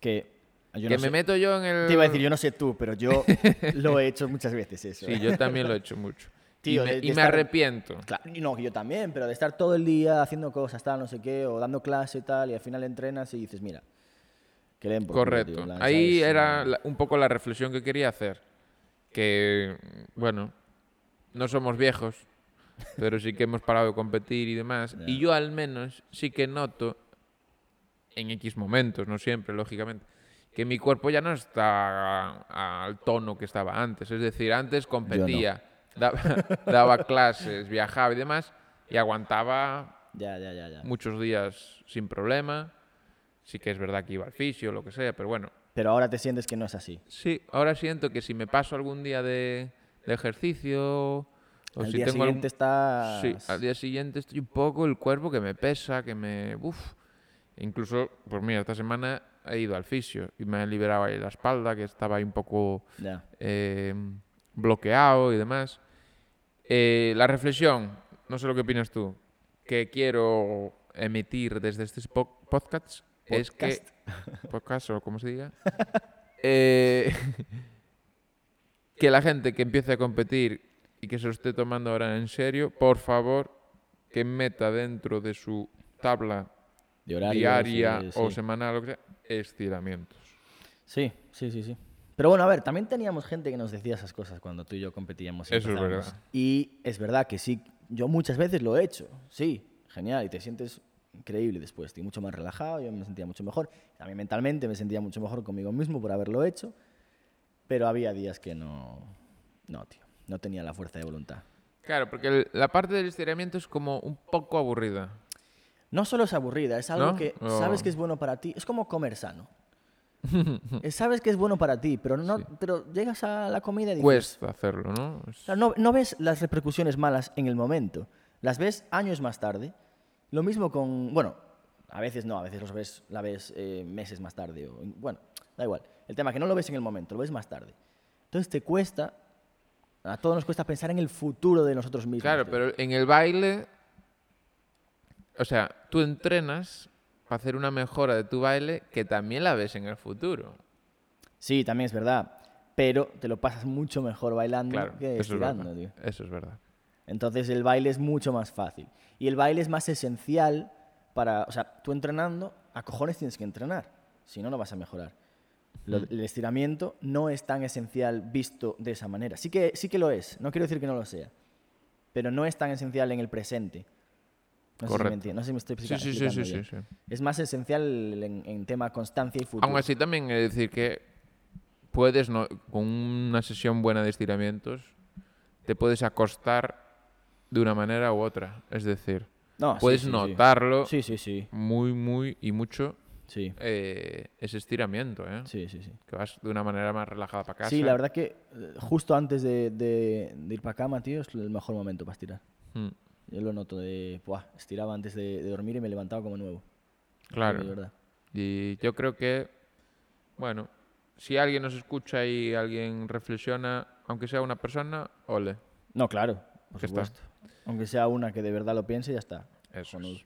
Speaker 1: Que yo
Speaker 2: que
Speaker 1: no
Speaker 2: me
Speaker 1: sé-
Speaker 2: meto yo en el.
Speaker 1: Te iba a decir, yo no sé tú, pero yo lo he hecho muchas veces eso.
Speaker 2: Sí,
Speaker 1: ¿eh?
Speaker 2: yo también lo he hecho mucho.
Speaker 1: Tío,
Speaker 2: y me,
Speaker 1: de- de
Speaker 2: y me
Speaker 1: estar-
Speaker 2: arrepiento.
Speaker 1: Claro, y no, yo también, pero de estar todo el día haciendo cosas, tal, no sé qué, o dando clase y tal, y al final entrenas y dices, mira, que le den por culo, tío,
Speaker 2: Correcto.
Speaker 1: en plan,
Speaker 2: Ahí
Speaker 1: ¿sabes?
Speaker 2: era la- un poco la reflexión que quería hacer. Que, bueno, no somos viejos, pero sí que hemos parado de competir y demás. Y yo al menos sí que noto, en X momentos, no siempre, lógicamente, que mi cuerpo ya no está al tono que estaba antes. Es decir, antes competía, daba, daba clases, viajaba y demás, y aguantaba
Speaker 1: Ya, ya, ya, ya.
Speaker 2: muchos días sin problema. Sí que es verdad que iba al fisio, lo que sea, pero bueno.
Speaker 1: Pero ahora te sientes que no es así.
Speaker 2: Sí, ahora siento que si me paso algún día de, de ejercicio o
Speaker 1: al
Speaker 2: si
Speaker 1: día
Speaker 2: tengo algún-
Speaker 1: siguiente estás...
Speaker 2: Sí, al día siguiente estoy un poco el cuerpo que me pesa, que me... Uf. Incluso, pues mira, esta semana he ido al fisio y me he liberado ahí la espalda, que estaba ahí un poco
Speaker 1: Ya.
Speaker 2: eh, bloqueado y demás. Eh, la reflexión, no sé lo que opinas tú, que quiero emitir desde este po- podcast, es que... Podcast o como se diga. eh, que la gente que empiece a competir y que se lo esté tomando ahora en serio, por favor, que meta dentro de su tabla
Speaker 1: De horario,
Speaker 2: diaria
Speaker 1: sí,
Speaker 2: o
Speaker 1: sí.
Speaker 2: semanal, lo que sea, estiramientos.
Speaker 1: Sí, sí, sí, sí. Pero bueno, a ver, también teníamos gente que nos decía esas cosas cuando tú y yo competíamos. y
Speaker 2: Eso es
Speaker 1: empezábamos.
Speaker 2: verdad.
Speaker 1: Y es verdad que sí, yo muchas veces lo he hecho. Sí, genial, y te sientes increíble después. Estoy mucho más relajado, yo me sentía mucho mejor. También mentalmente me sentía mucho mejor conmigo mismo por haberlo hecho. Pero había días que no. No, tío. No tenía la fuerza de voluntad.
Speaker 2: Claro, porque el- la parte del estiramiento es como un poco aburrida.
Speaker 1: No solo es aburrida, es algo
Speaker 2: ¿No?
Speaker 1: que
Speaker 2: O-
Speaker 1: sabes que es bueno para ti. Es como comer sano. Eh, sabes que es bueno para ti, pero no, pero llegas a la comida y dices,
Speaker 2: Cuesta hacerlo, ¿no? Es-
Speaker 1: Claro, No, no ves las repercusiones malas en el momento, las ves años más tarde. Lo mismo con, bueno, a veces no, a veces los ves, la ves eh, meses más tarde. o- bueno, da igual. El tema es que no lo ves en el momento, lo ves más tarde. Entonces te cuesta, a todos nos cuesta pensar en el futuro de nosotros mismos.
Speaker 2: Claro,
Speaker 1: tío.
Speaker 2: pero en el baile, o sea, tú entrenas para hacer una mejora de tu baile que también la ves en el futuro.
Speaker 1: Sí, también es verdad. Pero te lo pasas mucho mejor bailando
Speaker 2: Claro,
Speaker 1: que
Speaker 2: eso es,
Speaker 1: estirando,
Speaker 2: verdad.
Speaker 1: tío.
Speaker 2: eso es verdad.
Speaker 1: Entonces el baile es mucho más fácil. Y el baile es más esencial para, o sea, tú entrenando, a cojones tienes que entrenar, si no, no vas a mejorar. Lo-
Speaker 2: Mm.
Speaker 1: el estiramiento no es tan esencial visto de esa manera. Sí que, sí que lo es, no quiero decir que no lo sea, pero no es tan esencial en el presente No, sé si, me
Speaker 2: Correcto.
Speaker 1: enti- no sé si me estoy
Speaker 2: Sí,
Speaker 1: explica-
Speaker 2: sí, sí,
Speaker 1: explicando
Speaker 2: sí, sí,
Speaker 1: bien.
Speaker 2: sí.
Speaker 1: Es más esencial en, en tema constancia y futuro.
Speaker 2: Aún así también es decir que puedes, no- con una sesión buena de estiramientos, te puedes acostar de una manera u otra. Es decir,
Speaker 1: No, sí,
Speaker 2: puedes
Speaker 1: sí, sí.
Speaker 2: notarlo
Speaker 1: Sí, sí, sí.
Speaker 2: muy, muy y mucho
Speaker 1: Sí,
Speaker 2: eh, ese estiramiento, ¿eh?
Speaker 1: sí, sí. sí.
Speaker 2: Que vas de una manera más relajada para casa.
Speaker 1: Sí, la verdad que eh, justo antes de, de- de ir para cama, tío, es el mejor momento para estirar.
Speaker 2: Mm,
Speaker 1: Yo lo noto de, buah, estiraba antes de, de dormir y me levantaba como nuevo.
Speaker 2: claro.
Speaker 1: De verdad.
Speaker 2: Y yo creo que, bueno, si alguien nos escucha y alguien reflexiona, aunque sea una persona, ole.
Speaker 1: No, claro, por
Speaker 2: Ya está.
Speaker 1: supuesto. Aunque sea una que de verdad lo piense, ya está.
Speaker 2: Eso
Speaker 1: Cojonudo.
Speaker 2: es.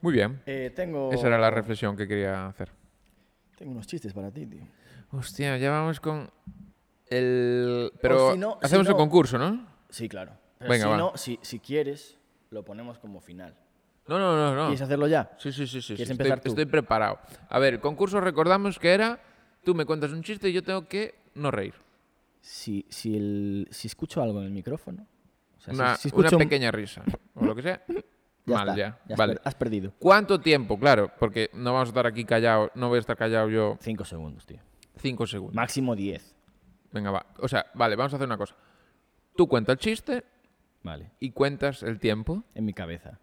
Speaker 2: Muy bien.
Speaker 1: Eh, tengo,
Speaker 2: Esa era la reflexión que quería hacer.
Speaker 1: tengo unos chistes para ti, tío.
Speaker 2: Hostia, ya vamos con el... Pero
Speaker 1: si no- si
Speaker 2: hacemos
Speaker 1: no-
Speaker 2: el concurso, ¿no?
Speaker 1: Sí, claro. Pero
Speaker 2: Venga,
Speaker 1: si
Speaker 2: va. Ah.
Speaker 1: no, si, si quieres, lo ponemos como final.
Speaker 2: No, no, no, no.
Speaker 1: ¿Quieres hacerlo ya?
Speaker 2: Sí, sí, sí, sí.
Speaker 1: ¿Quieres
Speaker 2: sí,
Speaker 1: empezar
Speaker 2: estoy,
Speaker 1: tú?
Speaker 2: estoy preparado. A ver, el concurso recordamos que era, tú me cuentas un chiste y yo tengo que no reír.
Speaker 1: Si, si, el- si escucho algo en el micrófono. o sea, si-
Speaker 2: Una,
Speaker 1: si
Speaker 2: una
Speaker 1: escucho un-
Speaker 2: pequeña risa o lo que sea.
Speaker 1: ya
Speaker 2: Mal,
Speaker 1: está,
Speaker 2: ya.
Speaker 1: has
Speaker 2: Vale.
Speaker 1: per- has perdido.
Speaker 2: ¿Cuánto tiempo? Claro, porque no vamos a estar aquí callados, no voy a estar callado yo
Speaker 1: Cinco segundos, tío.
Speaker 2: cinco segundos.
Speaker 1: Máximo 10.
Speaker 2: Venga, va. O sea, vale, vamos a hacer una cosa. Tú cuentas el chiste
Speaker 1: Vale.
Speaker 2: y cuentas el tiempo.
Speaker 1: En mi cabeza.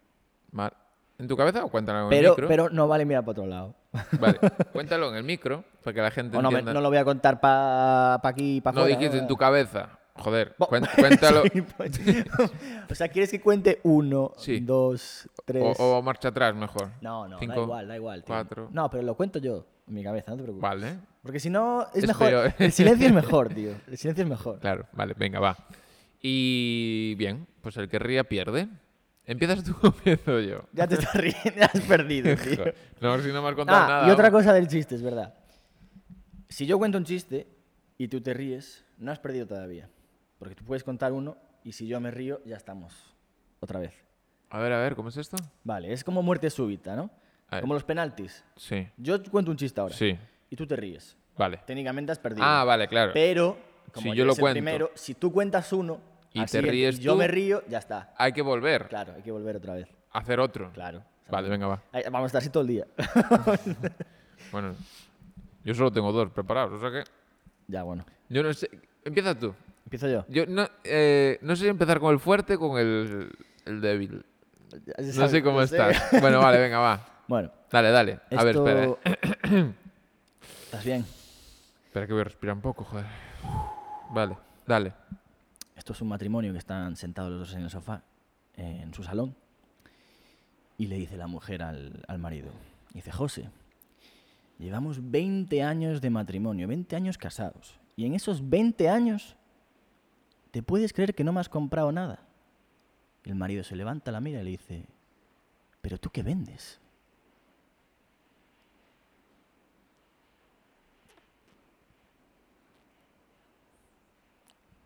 Speaker 2: Vale. ¿En tu cabeza o cuéntalo en el
Speaker 1: Pero,
Speaker 2: micro?
Speaker 1: pero no vale mirar para otro lado.
Speaker 2: Vale, cuéntalo en el micro para que la gente
Speaker 1: O no, me-
Speaker 2: entienda.
Speaker 1: no lo voy a contar para aquí, para
Speaker 2: No dijiste en tu cabeza. Joder,
Speaker 1: Bo- pues,
Speaker 2: cuen- cuéntalo.
Speaker 1: o sea, ¿quieres que cuente uno,
Speaker 2: Sí.
Speaker 1: dos,
Speaker 2: o,
Speaker 1: tres?
Speaker 2: o marcha atrás mejor.
Speaker 1: No, no, da
Speaker 2: Cinco,
Speaker 1: igual, da igual. tío.
Speaker 2: cuatro.
Speaker 1: No, pero lo cuento yo en mi cabeza, no te preocupes.
Speaker 2: Vale,
Speaker 1: Porque si no, es,
Speaker 2: Es
Speaker 1: mejor.
Speaker 2: peor.
Speaker 1: El silencio es mejor, tío. El silencio es mejor.
Speaker 2: claro, vale, venga, va. Y bien, pues el que ría pierde. ¿Empiezas tú o empiezo yo?
Speaker 1: Ya te estás riendo, ya has perdido, tío.
Speaker 2: Joder, No, si no me has contado
Speaker 1: Ah,
Speaker 2: nada.
Speaker 1: y otra
Speaker 2: vamos.
Speaker 1: cosa del chiste, es verdad. Si yo cuento un chiste y tú te ríes, no has perdido todavía. Porque tú puedes contar uno y si yo me río, ya estamos. Otra vez.
Speaker 2: A ver, a ver, ¿cómo es esto?
Speaker 1: Vale, es como muerte súbita, ¿no?
Speaker 2: A ver.
Speaker 1: Como los penaltis.
Speaker 2: Sí,
Speaker 1: Yo cuento un chiste ahora
Speaker 2: sí,
Speaker 1: y tú te ríes.
Speaker 2: vale.
Speaker 1: Técnicamente has perdido.
Speaker 2: Ah, vale, claro.
Speaker 1: Pero, como
Speaker 2: Si
Speaker 1: yo
Speaker 2: yo lo
Speaker 1: es el
Speaker 2: cuento.
Speaker 1: primero, si tú cuentas uno
Speaker 2: Y
Speaker 1: al
Speaker 2: te
Speaker 1: siguiente
Speaker 2: ríes
Speaker 1: yo
Speaker 2: tú.
Speaker 1: me río, ya está.
Speaker 2: Hay que volver
Speaker 1: Claro, hay que volver otra vez.
Speaker 2: a hacer otro.
Speaker 1: Claro.
Speaker 2: Vale, venga, va.
Speaker 1: Ay, Vamos a estar así todo el día.
Speaker 2: Bueno, yo solo tengo dos preparados, o sea que...
Speaker 1: ya, bueno.
Speaker 2: Yo no sé... Empieza tú.
Speaker 1: Empiezo yo.
Speaker 2: Yo no, eh, no sé si empezar con el fuerte o con el, el débil.
Speaker 1: Ya se
Speaker 2: No
Speaker 1: sabe,
Speaker 2: sé
Speaker 1: ya
Speaker 2: cómo estás. Bueno, vale, venga, va.
Speaker 1: Bueno,
Speaker 2: Dale, dale. A ver,
Speaker 1: Esto-
Speaker 2: espera. eh.
Speaker 1: ¿Estás bien?
Speaker 2: Espera que voy a respirar un poco, joder. Vale, dale.
Speaker 1: Esto es un matrimonio que están sentados los dos en el sofá, eh, en su salón. Y le dice la mujer al, al marido, dice, José, llevamos 20 años de matrimonio, 20 años casados. Y en esos 20 años, ¿te puedes creer que no me has comprado nada? Y el marido se levanta, la mira y le dice, ¿pero tú qué vendes?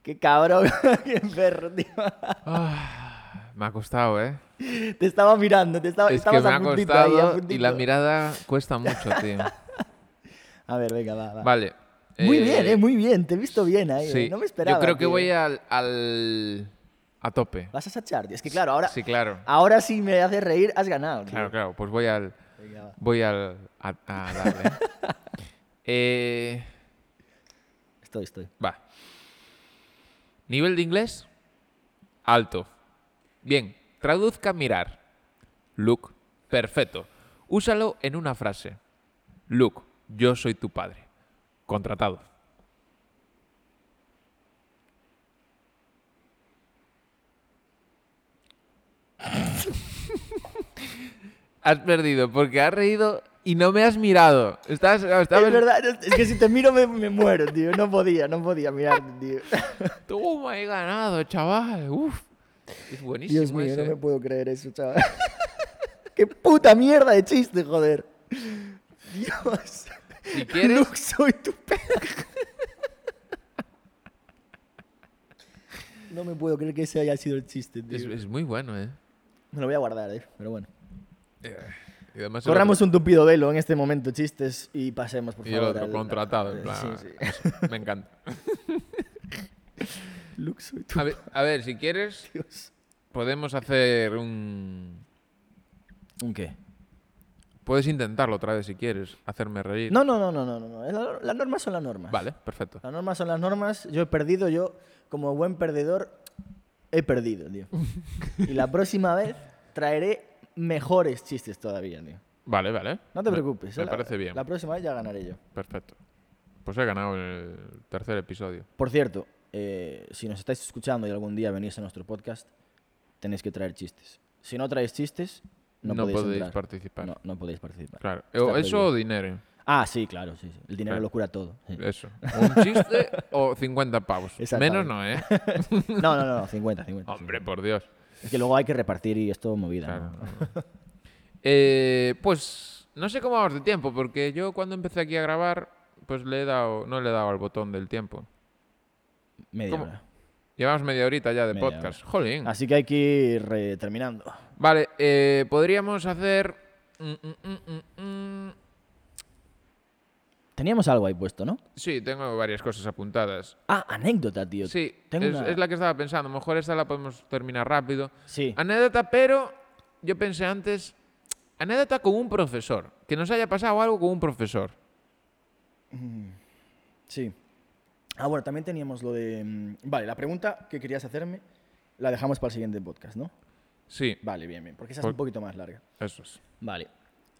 Speaker 1: ¡Qué cabrón! ¡Qué perro, tío!
Speaker 2: Me ha costado, ¿eh?
Speaker 1: Te estaba mirando, te estaba,
Speaker 2: Es que
Speaker 1: estabas
Speaker 2: me
Speaker 1: a
Speaker 2: ha
Speaker 1: puntito ahí, a
Speaker 2: costado y la
Speaker 1: puntito.
Speaker 2: mirada cuesta mucho, tío.
Speaker 1: A ver, venga, va, va.
Speaker 2: Vale.
Speaker 1: Muy bien,
Speaker 2: eh,
Speaker 1: eh, muy bien. Te he visto bien ahí. eh,
Speaker 2: Sí.
Speaker 1: No me esperaba.
Speaker 2: Yo creo que
Speaker 1: tío.
Speaker 2: voy al, al- a tope.
Speaker 1: Vas a sachar, tío. Es que claro, ahora, Ah,
Speaker 2: Sí, claro.
Speaker 1: ahora sí me haces reír, has ganado. tío.
Speaker 2: Claro, claro. Pues voy al
Speaker 1: Venga, va.
Speaker 2: voy al a, a darle. Eh,
Speaker 1: Estoy, estoy.
Speaker 2: va. Nivel de inglés alto. Bien. Traduzca mirar. Look, perfecto. Úsalo en una frase. Look, yo soy tu padre. Contratado. Has perdido porque has reído y no me has mirado. Estás, estabas-
Speaker 1: Es verdad, es es que si te miro me, me muero, tío. No podía, no podía mirarte, tío.
Speaker 2: Toma, he ganado, chaval. Uf. Es buenísimo.
Speaker 1: Dios mío, no
Speaker 2: ese.
Speaker 1: me puedo creer eso, chaval. Qué puta mierda de chiste, joder. Dios.
Speaker 2: Si quieres,
Speaker 1: Luke, soy tu perro. No me puedo creer que ese haya sido el chiste, tío.
Speaker 2: es, es muy bueno, eh.
Speaker 1: Me lo voy a guardar, eh. Pero bueno.
Speaker 2: Y además el
Speaker 1: Eh, Corramos un tupido velo en este momento, chistes, y pasemos, por
Speaker 2: otro- y el
Speaker 1: favor.
Speaker 2: otro
Speaker 1: al- eh,
Speaker 2: contratado. en plan,
Speaker 1: Sí, sí.
Speaker 2: eso, Me encanta.
Speaker 1: Luke, soy tu
Speaker 2: Ah. A ver, a ver, si quieres,
Speaker 1: Dios.
Speaker 2: podemos hacer un,
Speaker 1: ¿Un qué?
Speaker 2: Puedes intentarlo otra vez si quieres, hacerme reír.
Speaker 1: No, no, no, no, no. no, no. La- Las normas son las normas.
Speaker 2: Vale, perfecto.
Speaker 1: Las normas son las normas. Yo he perdido, yo como buen perdedor he perdido, tío. Y la próxima vez traeré mejores chistes todavía, tío.
Speaker 2: Vale, vale.
Speaker 1: No te
Speaker 2: Me-
Speaker 1: preocupes.
Speaker 2: Me
Speaker 1: eh, la-
Speaker 2: parece bien.
Speaker 1: La próxima vez ya ganaré yo.
Speaker 2: Perfecto. Pues he ganado el tercer episodio.
Speaker 1: Por cierto, eh, si nos estáis escuchando y algún día venís a nuestro podcast, tenéis que traer chistes. Si no traéis chistes, no,
Speaker 2: No
Speaker 1: podéis,
Speaker 2: podéis
Speaker 1: entrar.
Speaker 2: participar.
Speaker 1: No, no podéis participar.
Speaker 2: Claro.
Speaker 1: Está
Speaker 2: O eso o
Speaker 1: prohibido.
Speaker 2: dinero.
Speaker 1: Ah, sí, claro, sí. sí. El dinero
Speaker 2: Claro.
Speaker 1: lo cura todo. sí.
Speaker 2: Eso. Un chiste o 50 pavos.
Speaker 1: Exactamente.
Speaker 2: Menos no, ¿eh?
Speaker 1: No, no, no, 50, 50.
Speaker 2: Hombre, por Dios.
Speaker 1: Es que luego hay que repartir y esto movida.
Speaker 2: Claro.
Speaker 1: ¿no?
Speaker 2: Eh, pues no sé cómo vamos de tiempo, porque yo cuando empecé aquí a grabar, pues le he dado, no le he dado al botón del tiempo.
Speaker 1: Media
Speaker 2: ¿Cómo?
Speaker 1: hora.
Speaker 2: Llevamos media horita ya de
Speaker 1: Media
Speaker 2: podcast. Jolín.
Speaker 1: Así que hay que ir eh, terminando.
Speaker 2: Vale, eh, podríamos hacer. mm, mm, mm, mm, mm.
Speaker 1: Teníamos algo ahí puesto, ¿no?
Speaker 2: Sí, tengo varias cosas apuntadas.
Speaker 1: Ah, anécdota, tío.
Speaker 2: Sí,
Speaker 1: tengo
Speaker 2: es,
Speaker 1: una-
Speaker 2: es la que estaba pensando. A lo mejor esta la podemos terminar rápido.
Speaker 1: Sí.
Speaker 2: Anécdota, pero yo pensé antes. Anécdota con un profesor. Que nos haya pasado algo con un profesor.
Speaker 1: Sí. Ah, bueno, también teníamos lo de... mm, Vale, la pregunta que querías hacerme la dejamos para el siguiente podcast, ¿no?
Speaker 2: Sí,
Speaker 1: Vale, bien, bien, porque esa es
Speaker 2: Por-
Speaker 1: un poquito más larga.
Speaker 2: eso es.
Speaker 1: Vale.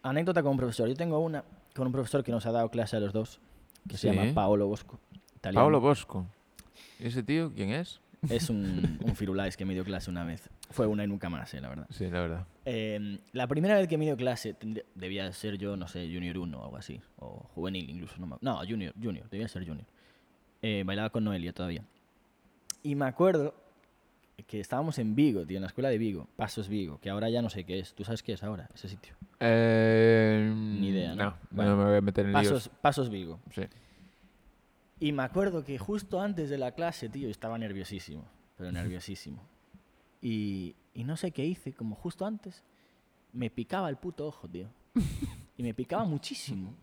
Speaker 1: Anécdota con un profesor. Yo tengo una con un profesor que nos ha dado clase a los dos, que
Speaker 2: Sí.
Speaker 1: se llama Paolo Bosco. italiano.
Speaker 2: Pablo Bosco. ¿Y ese tío quién es?
Speaker 1: Es un, un firulais que me dio clase una vez. Fue una y nunca más, eh, la verdad.
Speaker 2: Sí, la verdad.
Speaker 1: Eh, la primera vez que me dio clase tendría- debía ser yo, no sé, junior 1 o algo así, o juvenil incluso, no, me- no junior, junior, debía ser junior. Eh, bailaba con Noelia todavía. Y me acuerdo que estábamos en Vigo, tío, en la escuela de Vigo, Pasos Vigo, que ahora ya no sé qué es. ¿Tú sabes qué es ahora ese sitio?
Speaker 2: Ni
Speaker 1: idea, ¿no?
Speaker 2: Eh, No,
Speaker 1: Vale.
Speaker 2: no me voy a meter en líos.
Speaker 1: Pasos, Pasos Vigo.
Speaker 2: Sí.
Speaker 1: Y me acuerdo que justo antes de la clase, tío, estaba nerviosísimo, pero nerviosísimo. Y, y no sé qué hice, como justo antes, me picaba el puto ojo, tío. Y me picaba muchísimo.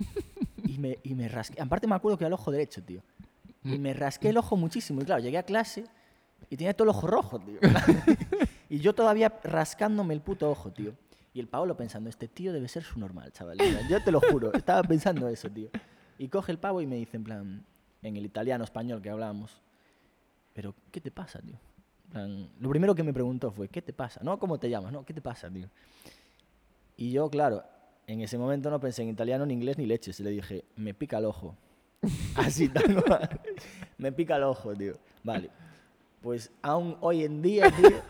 Speaker 1: Y me, y me rasqué, aparte me acuerdo que era el ojo derecho, tío. Y me rasqué el ojo muchísimo. Y claro, llegué a clase y tenía todo el ojo rojo, tío. Y yo todavía rascándome el puto ojo, tío. Y el Paolo pensando, este tío debe ser su normal, chaval. Yo te lo juro, estaba pensando eso, tío. Y coge el pavo y me dice, en plan, en el italiano español que hablábamos, pero ¿qué te pasa, tío? En plan, lo primero que me preguntó fue, ¿qué te pasa? No, ¿cómo te llamas? No, ¿qué te pasa, tío? Y yo, claro, en ese momento no pensé en italiano, ni inglés, ni leches. Y le dije, me pica el ojo. Así tal cual. Me pica el ojo, tío. Vale. Pues aún hoy en día, tío,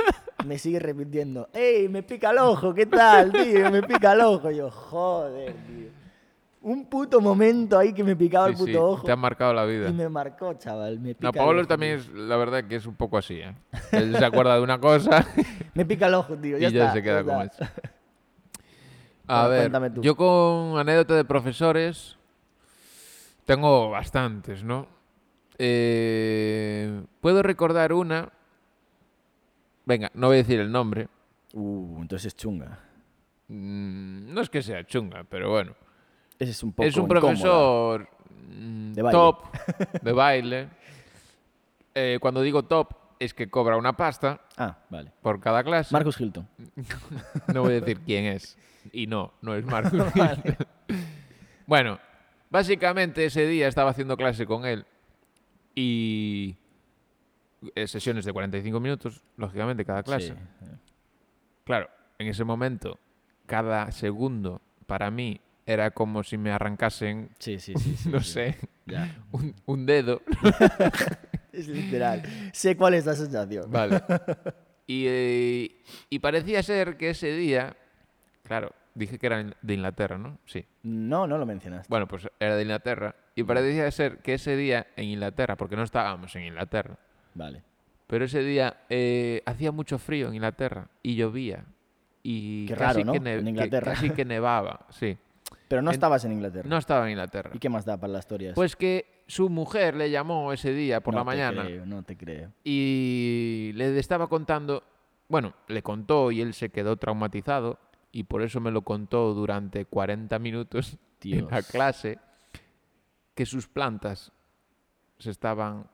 Speaker 1: me sigue repitiendo, ¡Ey, me pica el ojo! ¿Qué tal, tío? Me pica el ojo. Yo, joder, tío. Un puto momento ahí que me picaba el
Speaker 2: Sí,
Speaker 1: puto
Speaker 2: sí,
Speaker 1: ojo.
Speaker 2: Te han marcado la vida.
Speaker 1: Y me marcó, chaval. Me pica
Speaker 2: No,
Speaker 1: el
Speaker 2: Pablo
Speaker 1: ojo,
Speaker 2: también
Speaker 1: tío.
Speaker 2: es, la verdad, que es un poco así, ¿eh? Él se acuerda de una cosa
Speaker 1: Me pica el ojo, tío.
Speaker 2: y
Speaker 1: Ya
Speaker 2: ya,
Speaker 1: está,
Speaker 2: se queda como
Speaker 1: está.
Speaker 2: es. A
Speaker 1: Ah,
Speaker 2: ver,
Speaker 1: cuéntame tú.
Speaker 2: yo con anécdota de profesores tengo bastantes, ¿no? Eh, puedo recordar una. Venga, no voy a decir el nombre.
Speaker 1: Uh, entonces es chunga.
Speaker 2: Mm, No es que sea chunga, pero bueno.
Speaker 1: Ese es un poco
Speaker 2: es un
Speaker 1: incómoda.
Speaker 2: profesor mm,
Speaker 1: De baile.
Speaker 2: top de baile. Eh, cuando digo top, es que cobra una pasta
Speaker 1: Ah, vale.
Speaker 2: por cada clase.
Speaker 1: Marcus Hilton.
Speaker 2: No voy a decir quién es. Y no, no es Marcos. Bueno, básicamente ese día estaba haciendo clase con él y eh, sesiones de 45 minutos, lógicamente, cada clase. Claro, en ese momento, cada segundo para mí era como si me arrancasen,
Speaker 1: Sí, sí, sí. sí, sí,
Speaker 2: no
Speaker 1: sí.
Speaker 2: sé,
Speaker 1: Ya.
Speaker 2: un, un dedo.
Speaker 1: Es literal. Sé cuál es la sensación.
Speaker 2: Vale. Y, eh, y parecía ser que ese día, claro, dije que era in- de Inglaterra, ¿no? Sí.
Speaker 1: No, no lo mencionaste.
Speaker 2: Bueno, pues era de Inglaterra. Y parecía ser que ese día en Inglaterra, porque no estábamos en Inglaterra,
Speaker 1: Vale.
Speaker 2: pero ese día eh, hacía mucho frío en Inglaterra y llovía. Y
Speaker 1: Qué
Speaker 2: casi
Speaker 1: raro, ¿no?
Speaker 2: que ne-
Speaker 1: En
Speaker 2: que-
Speaker 1: Inglaterra.
Speaker 2: casi que nevaba, sí.
Speaker 1: Pero no
Speaker 2: En-
Speaker 1: estabas en Inglaterra.
Speaker 2: No estaba en Inglaterra.
Speaker 1: ¿Y qué más da para las historias?
Speaker 2: Pues que su mujer le llamó ese día por
Speaker 1: No
Speaker 2: la
Speaker 1: te
Speaker 2: mañana
Speaker 1: creo, no te creo.
Speaker 2: y le estaba contando, bueno, le contó y él se quedó traumatizado y por eso me lo contó durante 40 minutos en la
Speaker 1: Dios.
Speaker 2: clase que sus plantas se estaban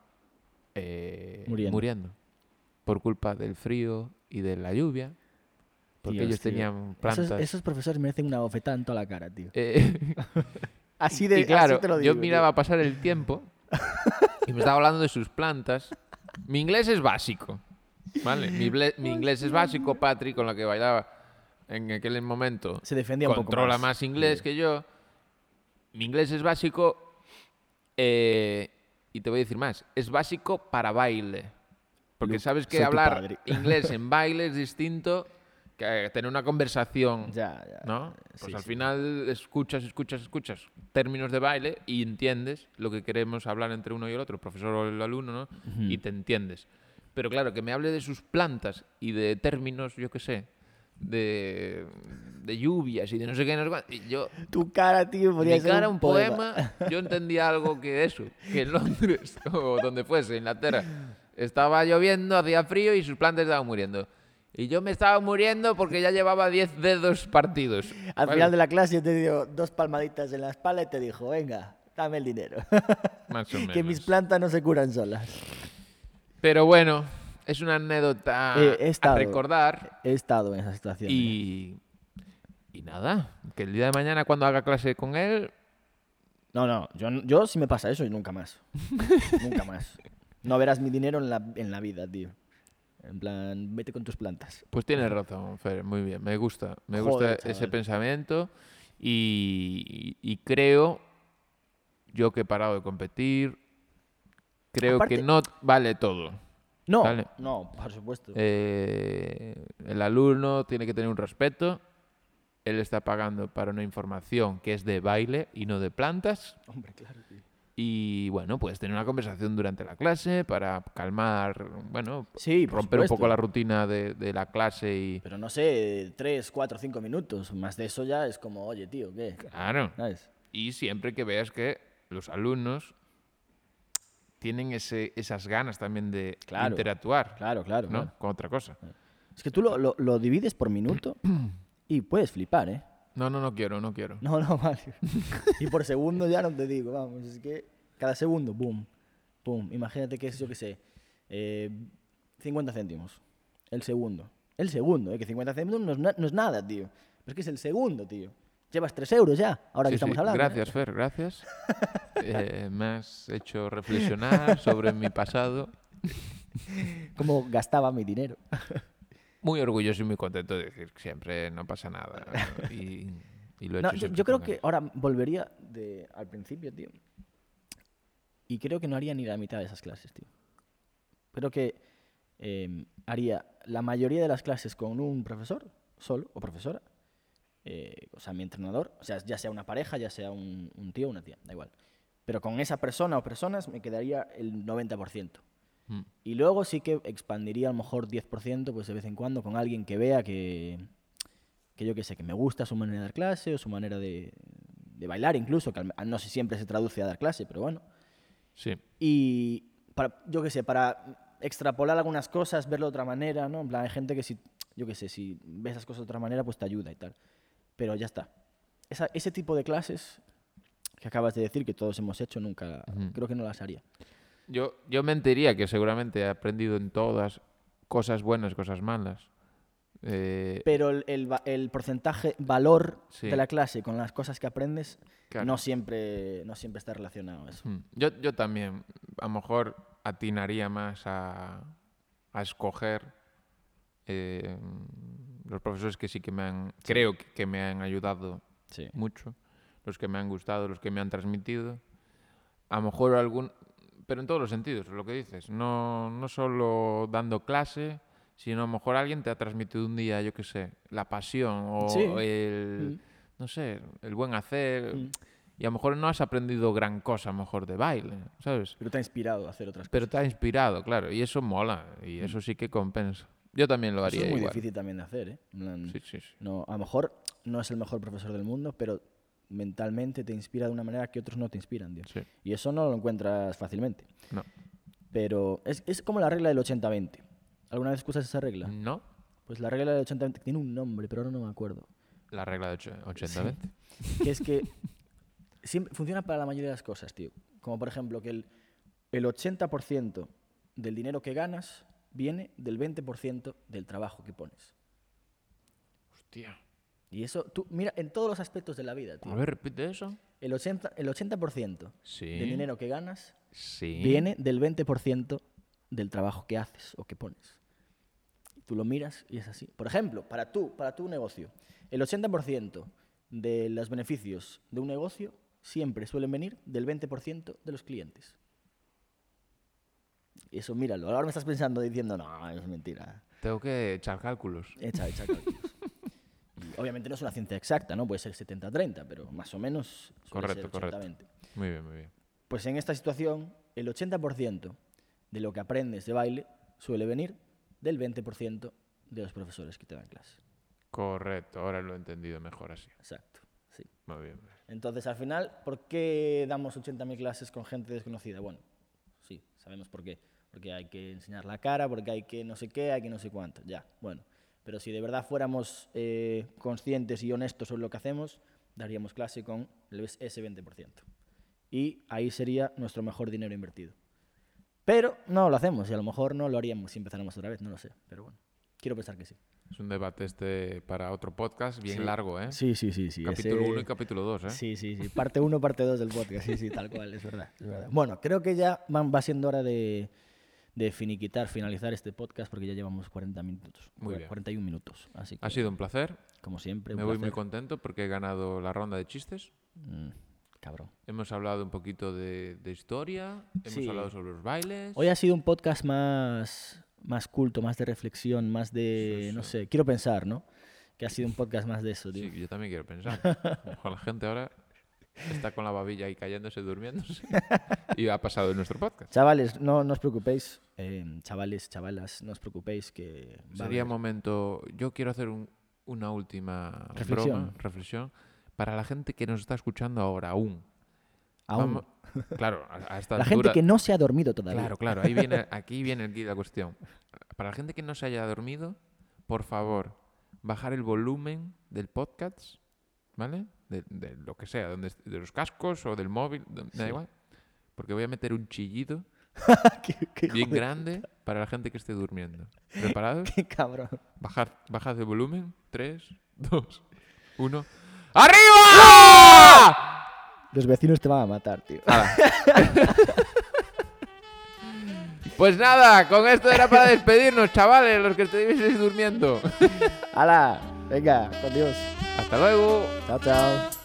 Speaker 2: eh,
Speaker 1: Muriendo.
Speaker 2: por culpa del frío y de la lluvia Porque
Speaker 1: Tío,
Speaker 2: ellos
Speaker 1: tío.
Speaker 2: tenían
Speaker 1: Esos,
Speaker 2: plantas.
Speaker 1: esos profesores merecen una bofetada en toda la cara, tío.
Speaker 2: Eh,
Speaker 1: Así de
Speaker 2: y claro,
Speaker 1: así te lo
Speaker 2: yo
Speaker 1: digo,
Speaker 2: miraba pasar el tiempo y me estaba hablando de sus plantas. Mi inglés es básico, ¿vale? Mi, ble- mi inglés es básico, Patrick, con la que bailaba en aquel momento.
Speaker 1: tío. Se defendía un poco.
Speaker 2: controla más inglés que yo. Mi inglés es básico eh, y te voy a decir más, es básico para baile. Porque
Speaker 1: Luke,
Speaker 2: sabes
Speaker 1: soy
Speaker 2: que
Speaker 1: tu
Speaker 2: hablar
Speaker 1: padre.
Speaker 2: inglés en baile es distinto que tener una conversación,
Speaker 1: Ya, ya.
Speaker 2: ¿no? Pues
Speaker 1: Eh, sí,
Speaker 2: al
Speaker 1: sí.
Speaker 2: final escuchas, escuchas, escuchas términos de baile y entiendes lo que queremos hablar entre uno y el otro, el profesor o el alumno, ¿no? Y te entiendes. Pero claro, que me hable de sus plantas y de términos, yo qué sé, de, de lluvias y de no sé qué, no sé cuánto. y Yo,
Speaker 1: Tu cara, tío, podría
Speaker 2: mi
Speaker 1: ser
Speaker 2: cara,
Speaker 1: un
Speaker 2: un poema. yo entendía algo que eso, que en Londres o donde fuese, Inglaterra, estaba lloviendo, hacía frío y sus plantas estaban muriendo. Y yo me estaba muriendo porque ya llevaba 10 dedos partidos.
Speaker 1: Al
Speaker 2: ¿vale?
Speaker 1: final de la clase te dio dos palmaditas en la espalda y te dijo, venga, dame el dinero.
Speaker 2: Más o
Speaker 1: que mis
Speaker 2: menos.
Speaker 1: plantas no se curan solas.
Speaker 2: Pero bueno, es una anécdota
Speaker 1: Eh, he
Speaker 2: a
Speaker 1: estado-
Speaker 2: recordar.
Speaker 1: He estado en esa situación.
Speaker 2: Y, y nada, que el día de mañana cuando haga clase con él,
Speaker 1: No, no, yo, yo si me pasa eso y nunca más. nunca más. No verás mi dinero en la, en la vida, tío. En plan, vete con tus plantas.
Speaker 2: pues tienes razón, Fer, muy bien, me gusta, me
Speaker 1: Joder,
Speaker 2: gusta ese
Speaker 1: chaval.
Speaker 2: pensamiento y, y- y creo yo que he parado de competir, creo
Speaker 1: Aparte-
Speaker 2: que no vale todo.
Speaker 1: No,
Speaker 2: Dale.
Speaker 1: no, por supuesto.
Speaker 2: Eh, el alumno tiene que tener un respeto, él está pagando para una información que es de baile y no de plantas.
Speaker 1: Hombre, claro, tío.
Speaker 2: Y bueno, puedes tener una conversación durante la clase para calmar, bueno,
Speaker 1: Sí, por
Speaker 2: romper un poco
Speaker 1: supuesto.
Speaker 2: la rutina de, de la clase y...
Speaker 1: Pero no sé, tres, cuatro, cinco minutos. Más de eso ya es como, oye, tío, ¿qué?
Speaker 2: Claro.
Speaker 1: ¿Sabes?
Speaker 2: Y siempre que veas que los alumnos tienen ese, esas ganas también de
Speaker 1: Claro.
Speaker 2: interactuar,
Speaker 1: Claro, claro.
Speaker 2: ¿no?
Speaker 1: claro. Ah.
Speaker 2: Con otra cosa.
Speaker 1: Es que tú lo, lo- lo divides por minuto y puedes flipar, ¿eh?
Speaker 2: No, no, no quiero, no quiero.
Speaker 1: No, no, vale. y por segundo ya no te digo, vamos, es que cada segundo, boom, boom. Imagínate que es, yo qué sé, eh, 50 céntimos. El segundo. El segundo, ¿eh? que 50 céntimos no es, na- no es nada, tío. Pero es que es el segundo, tío. Llevas 3 euros ya, ahora
Speaker 2: Sí,
Speaker 1: que estamos
Speaker 2: sí.
Speaker 1: hablando. ¿eh?
Speaker 2: Gracias, Fer, gracias. Eh, me has hecho reflexionar sobre mi pasado.
Speaker 1: Cómo gastaba mi dinero.
Speaker 2: Muy orgulloso y muy contento de decir que siempre no pasa nada. Y, y lo he
Speaker 1: No,
Speaker 2: hecho
Speaker 1: yo,
Speaker 2: siempre
Speaker 1: yo creo
Speaker 2: con
Speaker 1: que ahora volvería de, al principio, tío. Y creo que no haría ni la mitad de esas clases, tío. Creo que eh, haría la mayoría de las clases con un profesor, solo, o profesora. eh, o sea, mi entrenador. O sea, ya sea una pareja, ya sea un, un tío o una tía, da igual. Pero con esa persona o personas me quedaría el 90%.
Speaker 2: Mm.
Speaker 1: Y luego sí que expandiría a lo mejor 10%, pues de vez en cuando, con alguien que vea que, que yo qué sé, que me gusta su manera de dar clase o su manera de, de bailar incluso, que al- no sé si siempre se traduce a dar clase, pero bueno.
Speaker 2: Sí.
Speaker 1: Y para, yo qué sé, para extrapolar algunas cosas, verlo de otra manera, ¿no? En plan, hay gente que si, yo qué sé, si ves las cosas de otra manera, pues te ayuda y tal. Pero ya está. Esa- ese tipo de clases que acabas de decir que todos hemos hecho, nunca, creo que no las haría.
Speaker 2: Yo, yo mentiría que seguramente he aprendido en todas cosas buenas, cosas malas. Eh,
Speaker 1: Pero el, el va- el porcentaje valor
Speaker 2: Sí.
Speaker 1: de la clase con las cosas que aprendes
Speaker 2: Claro.
Speaker 1: no, siempre, no siempre está relacionado a eso.
Speaker 2: mm, yo, yo también, a lo mejor atinaría más a, a escoger eh, los profesores que sí que me han, creo que- que me han ayudado
Speaker 1: Sí.
Speaker 2: mucho, los que me han gustado, los que me han transmitido. A lo mejor algún... Pero en todos los sentidos, lo que dices. No, no solo dando clase, sino a lo mejor alguien te ha transmitido un día, yo qué sé, la pasión o
Speaker 1: Sí. Mm.
Speaker 2: el... No sé, el buen hacer. Y a lo mejor no has aprendido gran cosa, a lo mejor, de baile, ¿sabes?
Speaker 1: Pero te ha inspirado a hacer otras cosas.
Speaker 2: Pero te ha inspirado, claro. Y eso mola. Y eso sí que compensa. Yo también lo
Speaker 1: Mm.
Speaker 2: haría
Speaker 1: Eso es muy
Speaker 2: igual.
Speaker 1: difícil también de hacer, ¿eh? En plan,
Speaker 2: Sí, sí, sí.
Speaker 1: No, a lo mejor no es el mejor profesor del mundo, pero mentalmente te inspira de una manera que otros no te inspiran, tío.
Speaker 2: Sí.
Speaker 1: Y eso no lo encuentras fácilmente.
Speaker 2: No.
Speaker 1: Pero es, es como la regla del 80-20. ¿Alguna vez escuchas esa regla?
Speaker 2: ¿No?
Speaker 1: Pues la regla del 80-20 tiene un nombre, pero ahora no me acuerdo.
Speaker 2: La regla de 80-20.
Speaker 1: que es que siempre funciona para la mayoría de las cosas, tío. Como por ejemplo que el, el 80% del dinero que ganas viene del 20% del trabajo que pones.
Speaker 2: Hostia.
Speaker 1: Y eso, tú, mira, en todos los aspectos de la vida,
Speaker 2: A
Speaker 1: tío.
Speaker 2: ver, repite eso.
Speaker 1: El 80%, el 80
Speaker 2: Sí.
Speaker 1: del dinero que ganas
Speaker 2: Sí.
Speaker 1: viene del 20% del trabajo que haces o que pones. Tú lo miras y es así. Por ejemplo, para tú, para tu negocio, el 80% de los beneficios de un negocio siempre suelen venir del 20% de los clientes. Eso míralo. Ahora me estás pensando diciendo, no, es mentira.
Speaker 2: Tengo que echar cálculos.
Speaker 1: Hecha, hecha cálculos. Y obviamente no es una ciencia exacta, ¿no? Puede ser 70-30, pero más o menos suele
Speaker 2: Correcto,
Speaker 1: ser
Speaker 2: correcto.
Speaker 1: 80-20.
Speaker 2: Muy bien, muy bien.
Speaker 1: Pues en esta situación, el 80% de lo que aprendes de baile suele venir del 20% de los profesores que te dan clase.
Speaker 2: Correcto, ahora lo he entendido mejor así.
Speaker 1: Exacto, sí.
Speaker 2: Muy bien. muy bien.
Speaker 1: Entonces, al final, ¿por qué damos 80.000 clases con gente desconocida? Bueno, sí, sabemos por qué. Porque hay que enseñar la cara, porque hay que no sé qué, hay que no sé cuánto. Ya, bueno. Pero si de verdad fuéramos eh, conscientes y honestos sobre lo que hacemos, daríamos clase con el- ese 20%. Y ahí sería nuestro mejor dinero invertido. Pero no lo hacemos y a lo mejor no lo haríamos si empezáramos otra vez, no lo sé. Pero bueno, quiero pensar que sí.
Speaker 2: Es un debate este para otro podcast bien
Speaker 1: Sí.
Speaker 2: largo, ¿eh?
Speaker 1: Sí, sí, sí, sí.
Speaker 2: Capítulo
Speaker 1: ese-
Speaker 2: 1 y capítulo 2, ¿eh?
Speaker 1: Sí, sí, sí. Parte 1, parte 2 del podcast. Sí, sí, tal cual, es verdad. es verdad. Bueno, creo que ya van- va siendo hora de, de finiquitar, finalizar este podcast porque ya llevamos 40 minutos.
Speaker 2: Muy
Speaker 1: cua-
Speaker 2: bien.
Speaker 1: 41 minutos. Así que,
Speaker 2: Ha sido un placer.
Speaker 1: como siempre, un
Speaker 2: Me voy muy
Speaker 1: placer.
Speaker 2: contento porque he ganado la ronda de chistes.
Speaker 1: Mm, cabrón.
Speaker 2: Hemos hablado un poquito de, de historia, hemos
Speaker 1: Sí.
Speaker 2: hablado sobre los bailes.
Speaker 1: Hoy ha sido un podcast más, más culto, más de reflexión, más de, no sé, quiero pensar, ¿no? Que ha sido un podcast más de eso, tío.
Speaker 2: Sí, yo también quiero pensar. A lo mejor la gente ahora está con la babilla ahí cayéndose, durmiéndose. y ha pasado en nuestro podcast.
Speaker 1: Chavales, no, no os preocupéis. eh, chavales, chavalas, no os preocupéis que... va a
Speaker 2: Sería
Speaker 1: haber-
Speaker 2: momento. Yo quiero hacer un- una última
Speaker 1: Reflexión.
Speaker 2: broma, reflexión, para la gente que nos está escuchando ahora aún.
Speaker 1: aún.
Speaker 2: Vamos- claro, a, a esta
Speaker 1: La gente
Speaker 2: altura-
Speaker 1: que no se ha dormido todavía.
Speaker 2: Claro, claro, ahí viene, aquí viene aquí la cuestión. Para la gente que no se haya dormido, por favor, bajar el volumen del podcast, ¿vale? De, de lo que sea, donde est- de los cascos o del móvil, do- me da
Speaker 1: Sí.
Speaker 2: igual. Porque voy a meter un chillido
Speaker 1: Qué- qué
Speaker 2: bien
Speaker 1: joder,
Speaker 2: grande para la gente que esté durmiendo. ¿Preparados?
Speaker 1: qué cabrón.
Speaker 2: Bajad, bajad el volumen. 3, 2, 1. ¡Arriba!
Speaker 1: Los vecinos te van a matar, tío.
Speaker 2: Pues nada, con esto era para despedirnos, chavales, los que estuvieseis durmiendo.
Speaker 1: ¡Hala! Venga, con Dios.
Speaker 2: Hasta luego.
Speaker 1: Chao, chao.